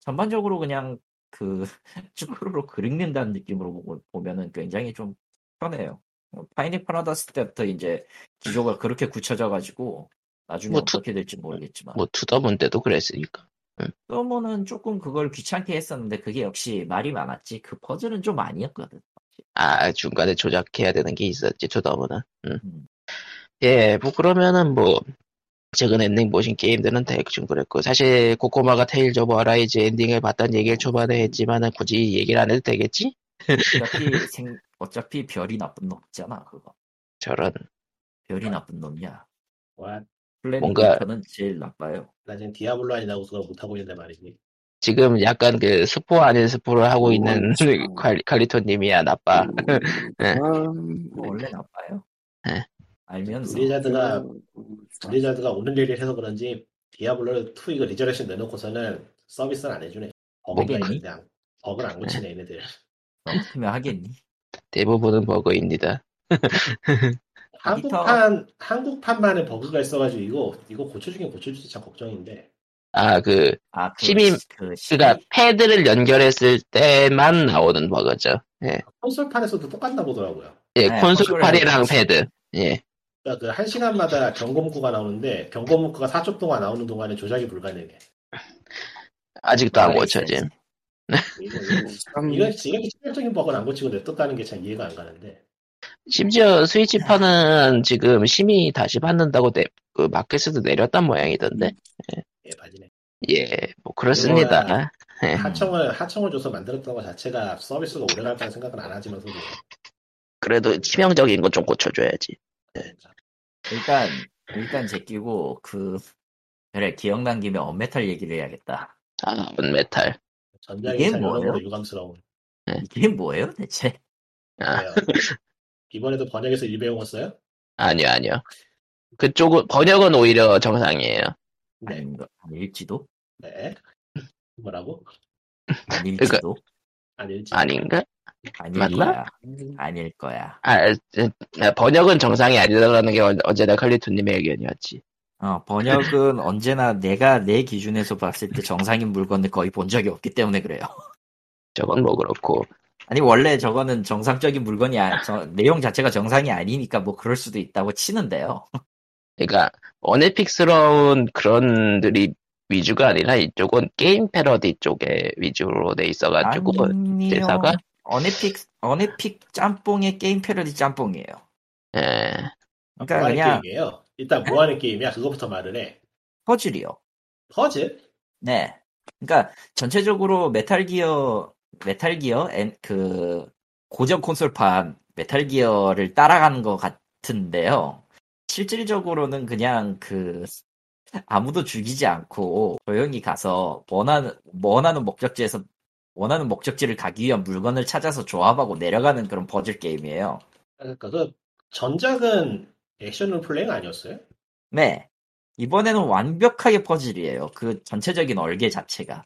전반적으로 그냥 그 쭈꾸루로 그린다는 느낌으로 보- 보면은 굉장히 좀 편해요. 뭐 파이닉 파라다스 때부터 이제 기조가 그렇게 굳혀져 가지고 나중에 뭐 투- 어떻게 될지 모르겠지만 뭐 투더문 때도 그랬으니까. 또모는 조금 그걸 귀찮게 했었는데 그게 역시 말이 많았지 그 퍼즐은 좀 아니었거든. 아, 중간에 조작해야 되는 게 있었지, 초더무는. 음. 음. 예, 뭐, 그러면은 뭐, 최근 엔딩 보신 게임들은 대충 그랬고, 사실, 코코마가 테일즈 오브 어라이즈 엔딩을 봤다는 얘기를 초반에 했지만은, 굳이 얘기를 안 해도 되겠지? 어차피 생 어차피 별이 나쁜 놈이잖아 그거. 저런, 별이 나쁜 놈이야. 와, 플래닛 뭔가- 는 제일 나빠요. 나 지금 디아블로 아니라고 그거 못하고 있는데 말이지. 지금 약간 그, 스포 아닌 스포를 하고 있는 음. 칼리, 칼리토님이야, 아, 나빠. 네. 아, 그거 원래 나빠요. 네. 알면서. 블리자드가, 아, 블리자드가 오는 일을 해서 그런지 디아블로 2 이거 리저렉션 내놓고서는 서비스는 안 해주네. 버그가 뭔가- 있는데 안- 버그를 안 고치네, 얘네들. 너같으면 하겠니? 대부분은 버그입니다. 한국판, 한국판만의 버그가 있어가지고 이거, 이거 고쳐주긴 고쳐주지 참 걱정인데. 아, 그, 아, 그, 시민- 그, 시, 그니까, 패드를 연결했을 때만 나오는 버그죠. 예, 콘솔판에서도 똑같나 보더라고요. 예, 네, 콘솔팔이랑 콘솔이랑 패드. 예. 그러니까 그 한 시간마다 경고문구가 나오는데 경고문구가 4초 동안 나오는 동안에 조작이 불가능해. 아직도 안 고쳐짐. 이거 참, 음. 이거 이렇게 치명적인 버그는 안 고치고 냅뒀다는 게 참 이해가 안 가는데. 심지어 스위치판은 지금 심의 다시 받는다고 내, 그 마켓에도 내렸단 모양이던데. 예, 바지네. 예, 뭐 그렇습니다. 그거야. 음. 예. 하청을 하청을 줘서 만들었던 것 자체가 서비스가 오래 갈 거라는 생각은 안 하지만서도 그래도 치명적인 건 좀 고쳐줘야지. 예. 일단, 일단 제끼고, 그, 그래, 기억난 김에 언메탈 얘기를 해야겠다. 아, 원메탈. 전장이 이게 참 뭐예요? 여러모로 유감스러운. 이게 뭐예요, 대체? 아. 거예요. 이번에도 번역에서 일 배웠어요? 아니요, 아니요. 그쪽은, 번역은 오히려 정상이에요. 네. 아닌 거, 아닐지도? 네. 뭐라고? 아닐지도? 아닐지. 아닌가? 아닐이야. 아닐 거야. 아, 아, 번역은 정상이 아니라는 게 언- 언제나 칼리토님의 의견이었지. 어, 번역은 언제나 내가 내 기준에서 봤을 때 정상인 물건을 거의 본 적이 없기 때문에 그래요. 저건 뭐 그렇고. 아니 원래 저거는 정상적인 물건이 아, 저, 내용 자체가 정상이 아니니까 뭐 그럴 수도 있다고 치는데요. 그러니까 어네픽스러운 그런 들이 위주가 아니라 이쪽은 게임 패러디 쪽에 위주로 돼 있어가지고 대사가? 어네픽 어네픽 짬뽕의 게임 패러디 짬뽕이에요. 예. 그러니까 뭐 하는 그냥- 게임이에요. 일단 뭐 하는 게임이야? 그거부터 말을 해. 퍼즐이요. 퍼즐? 네. 그러니까 전체적으로 메탈 기어 메탈 기어 엔- 그 고전 콘솔판 메탈 기어를 따라가는 것 같은데요. 실질적으로는 그냥 그 아무도 죽이지 않고 조용히 가서 원하는 원하는 목적지에서 원하는 목적지를 가기 위한 물건을 찾아서 조합하고 내려가는 그런 버즐 게임이에요. 그러니까 그 전작은 액션을 플레이가 아니었어요? 네. 이번에는 완벽하게 퍼즐이에요. 그 전체적인 얼개 자체가.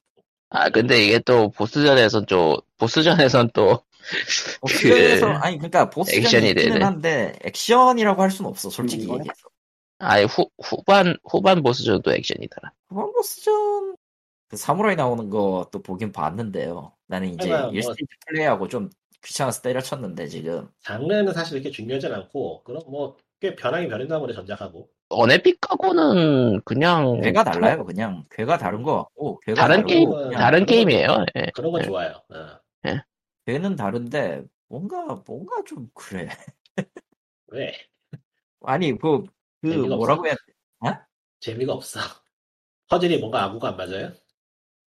아 근데 이게 또 보스전에선 좀 보스전에선 또 그 보스전에서 아니 어, 그러니까 보스전이 액션이 있기는 네네. 한데 액션이라고 할 수는 없어 솔직히 음, 얘기해서 아예 후 후반 후반 보스전도 액션이더라. 그만 보스전 뭐 그 사무라이 나오는 것도 보긴 봤는데요 나는 이제 아니면 뭐- 1스테이지 플레이하고 좀 귀찮아서 때려쳤는데 지금 장르는 사실 이렇게 중요하진 않고 그런 뭐 꽤 변하긴 변했나 보네 전작하고. 어네픽하고는 음, 그냥 괴가 달라요 그냥 괴가 다른 것 같고 괴가 다른 다르고 게임 그냥 다른 게임이에요. 예. 그런 건 네. 좋아요. 어. 괴는 다른데 뭔가 뭔가 좀 그래 왜? 아니 그, 그 재미가 뭐라고 해야 재미가 없어. 퍼즐이 뭔가 아무가 안 맞아요?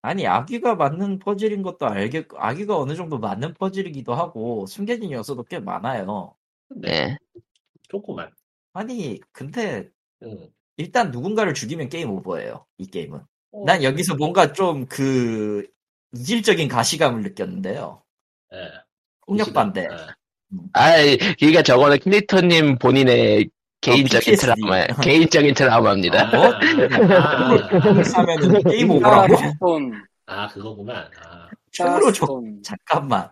아니 아기가 맞는 퍼즐인 것도 알겠고 아기가 어느 정도 맞는 퍼즐이기도 하고 숨겨진 요소도 꽤 많아요 예. 조금만. 아니 근데 응. 일단 누군가를 죽이면 게임 오버예요. 이 게임은. 어, 난 여기서 뭔가 좀 그 이질적인 가시감을 느꼈는데요. 예. 폭력 반대. 어. 아 그러니까 저거는 킬리터님 본인의 아, 개인적인 PTSD. 트라우마 개인적인 트라우마입니다. 뭐? 아, 폭력 사면은 게임 오버라고? 스톤. 아, 아, 그거구만. 아, 총으로 줘. 스톤. 잠깐만.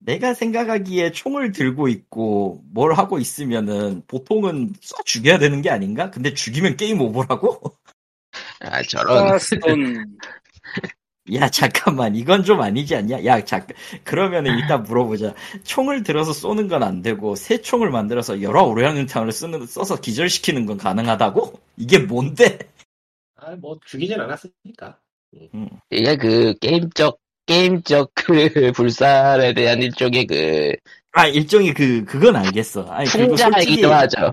내가 생각하기에 총을 들고 있고 뭘 하고 있으면은 보통은 쏴 죽여야 되는 게 아닌가? 근데 죽이면 게임 오버라고? 아 저런 스톤. 야 잠깐만 이건 좀 아니지 않냐? 야 잠깐 그러면은 일단 물어보자. 총을 들어서 쏘는 건 안 되고 새 총을 만들어서 여러 오량탄을 쓰는 써서 기절시키는 건 가능하다고? 이게 뭔데? 아, 뭐 죽이진 않았으니까. 이게 그 게임적 게임적 그 불살에 대한 일종의 그 아 일종의 그 그건 알겠어. 아니 그리고 솔직히 풍자이기도 하죠.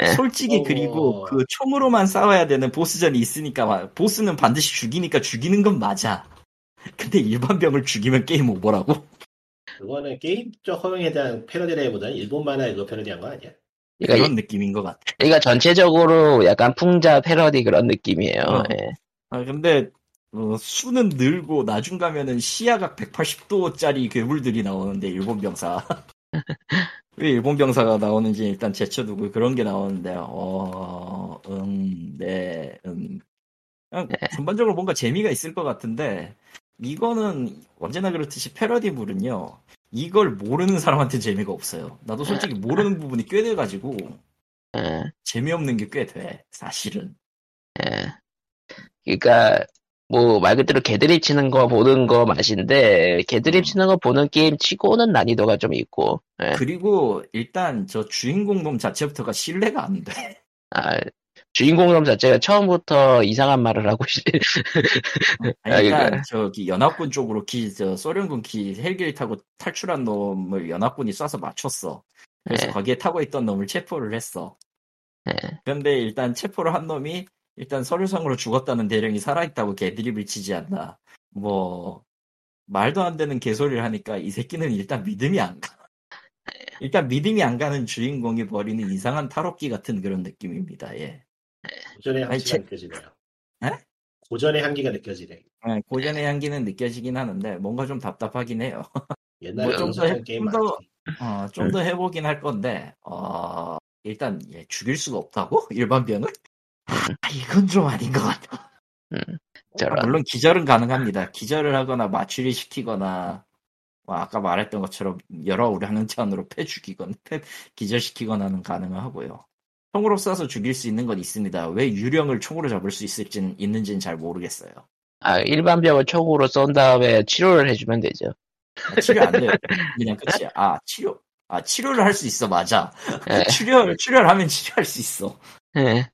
예. 음, 솔직히 어. 그리고 그 총으로만 싸워야 되는 보스전이 있으니까 막 보스는 반드시 죽이니까 죽이는 건 맞아. 근데 일반 병을 죽이면 게임 오버라고? 그거는 게임적 허용에 대한 패러디라기보다는 일본 만화의 그 패러디한 거 아니야? 그러니까 그런 느낌인 것 같아. 그러니까 전체적으로 약간 풍자 패러디 그런 느낌이에요. 어. 예. 아, 근데, 어, 수는 늘고, 나중 가면은 시야각 180도짜리 괴물들이 나오는데, 일본 병사. 왜 일본 병사가 나오는지 일단 제쳐두고 그런 게 나오는데, 어, 음, 네, 음. 그냥 전반적으로 뭔가 재미가 있을 것 같은데, 이거는 언제나 그렇듯이 패러디물은요, 이걸 모르는 사람한테 재미가 없어요. 나도 솔직히 모르는 부분이 꽤 돼가지고, 예. 재미없는 게 꽤 돼, 사실은. 예. 그러니까 뭐 말 그대로 개드립 치는 거 보는 거 맛인데 개드립 음. 치는 거 보는 게임 치고는 난이도가 좀 있고 네. 예. 그리고 일단 저 주인공 놈 자체부터가 신뢰가 안 돼. 아, 주인공 놈 자체가 처음부터 이상한 말을 하고 있- 예, 아니, 일단 아이고야. 저기 연합군 쪽으로 기, 저 소련군 기 헬기를 타고 탈출한 놈을 연합군이 쏴서 맞췄어. 그래서 아, 예. 거기에 타고 있던 놈을 체포를 했어. 예. 근데 일단 체포를 한 놈이 일단 서류상으로 죽었다는 대령이 살아있다고 개드립을 치지 않나. 뭐 말도 안 되는 개소리를 하니까 이 새끼는 일단 믿음이 안 가. 일단 믿음이 안 가는 주인공이 벌이는 이상한 탈옥기 같은 그런 느낌입니다. 예. 고전의 아니, 향기가 제- 느껴지네요. 에? 고전의 향기가 느껴지네. 네, 고전의 향기는 느껴지긴 하는데 뭔가 좀 답답하긴 해요. 옛날에 뭐좀 더 연습한 해- 게임 좀 많지. 더- 어, 좀 더 해보긴 할 건데 어, 일단 얘 죽일 수가 없다고 일반 병을? 아, 이건 좀 아닌 것 같아. 저런. 아, 물론 기절은 가능합니다. 기절을 하거나 마취를 시키거나 뭐 아까 말했던 것처럼 여러 우량한 찬으로 패 죽이거나 패 기절시키거나는 가능하고요. 총으로 쏴서 죽일 수 있는 건 있습니다. 왜 유령을 총으로 잡을 수 있을지는 있는지는 잘 모르겠어요. 아, 일반 병을 총으로 쏜 다음에 치료를 해주면 되죠. 아, 치료 안 돼요. 그냥 끝이야. 아, 치료. 아, 치료를 할 수 있어. 맞아. 예. 출혈, 출혈하면 치료할 수 있어. 예.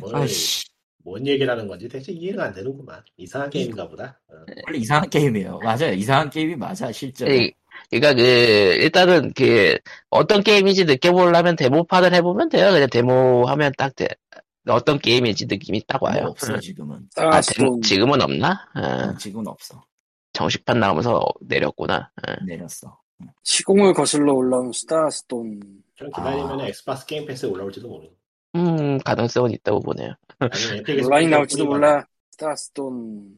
뭘, 아이씨. 뭔 얘기라는 건지 대체 이해가 안 되는구만. 이상한 게임인가 보다. 어. 원래 이상한 게임이에요. 맞아요. 이상한 게임이 맞아, 실제로. 이- 그러니까 그 일단은 그 어떤 게임인지 느껴보려면 데모판을 해보면 돼요. 그냥 데모하면 딱 돼. 어떤 게임인지 느낌이 딱 뭐 와요. 없어, 지금은. 뭐 아, 아, 데모, 지금 지금은 없나? 어, 지금은 없어. 정식판 나오면서 내렸구나. 어. 내렸어. 시공을 거슬러 올라온 스타스톤. 좀 기다리면 아. 엑스박스 게임 패스에 올라올지도 모르고. 음, 가능성은 있다고 보네요. 아니면 에픽에서 온라인 게임 나올지도 뿌리거나. 몰라. 스타스톤.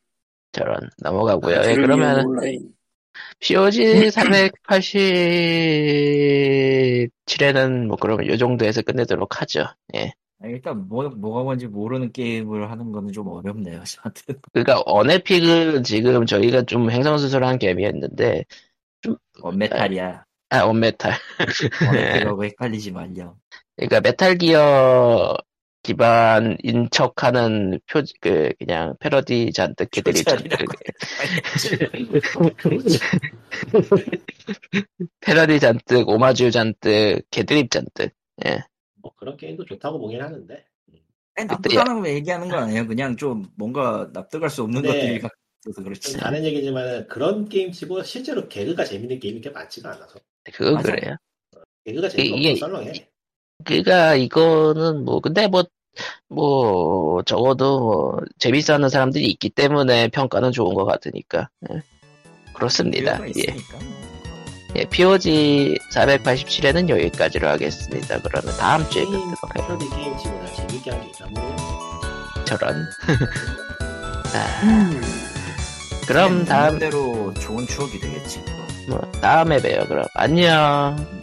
저런 넘어가고요. 예, 그를 위한 그러면 온라인. POG 387에는 뭐 그러면 요 정도에서 끝내도록 하죠. 예. 아, 일단 뭐, 뭐가 뭔지 모르는 게임을 하는 거는 좀 어렵네요, 저한테. 그러니까 언에픽은 지금 저희가 좀 행성수술한 게임이었는데 예. 원메탈이야. 아 원메탈. 예. 원메탈이라고 헷갈리지 말려. 그러니까 메탈 기어 기반인 척하는 표, 그, 그냥 패러디 잔뜩 그들이 표절이라고 예. 패러디 잔뜩 오마주 잔뜩 개드립 잔뜩 뭐 그런 게임도 좋다고 보긴 하는데. 음. 아니, 그때 납득하는 거 얘기하는 건 아니에요. 그냥 좀 뭔가 납득할 수 없는 네. 것들이 가끔 있어서 그렇지. 아, 좀 다른 얘기지만 그런 게임치고 실제로 개그가 재밌는 게임이 게 많지가 않아서 그건 맞아. 그래요. 개그가 이게- 재미없고 썰렁해. 그러니까 이거는 뭐 근데 뭐 뭐 적어도 뭐 재밌어하는 사람들이 있기 때문에 평가는 좋은 것 같으니까 예. 그렇습니다. 이유가 예, 있으니까. 뭐. 예, POG 487에는 여기까지로 하겠습니다. 그러면 다음 주에 네, 게임 그렇죠. 뵙도록 해요. 패러디 게임치고 나 재밌게 한 게 있나 모르겠네. 저런. 아, 그럼 다음 대로 좋은 네, 추억이 되겠지. 그거. 뭐 다음에 봬요. 그럼 안녕.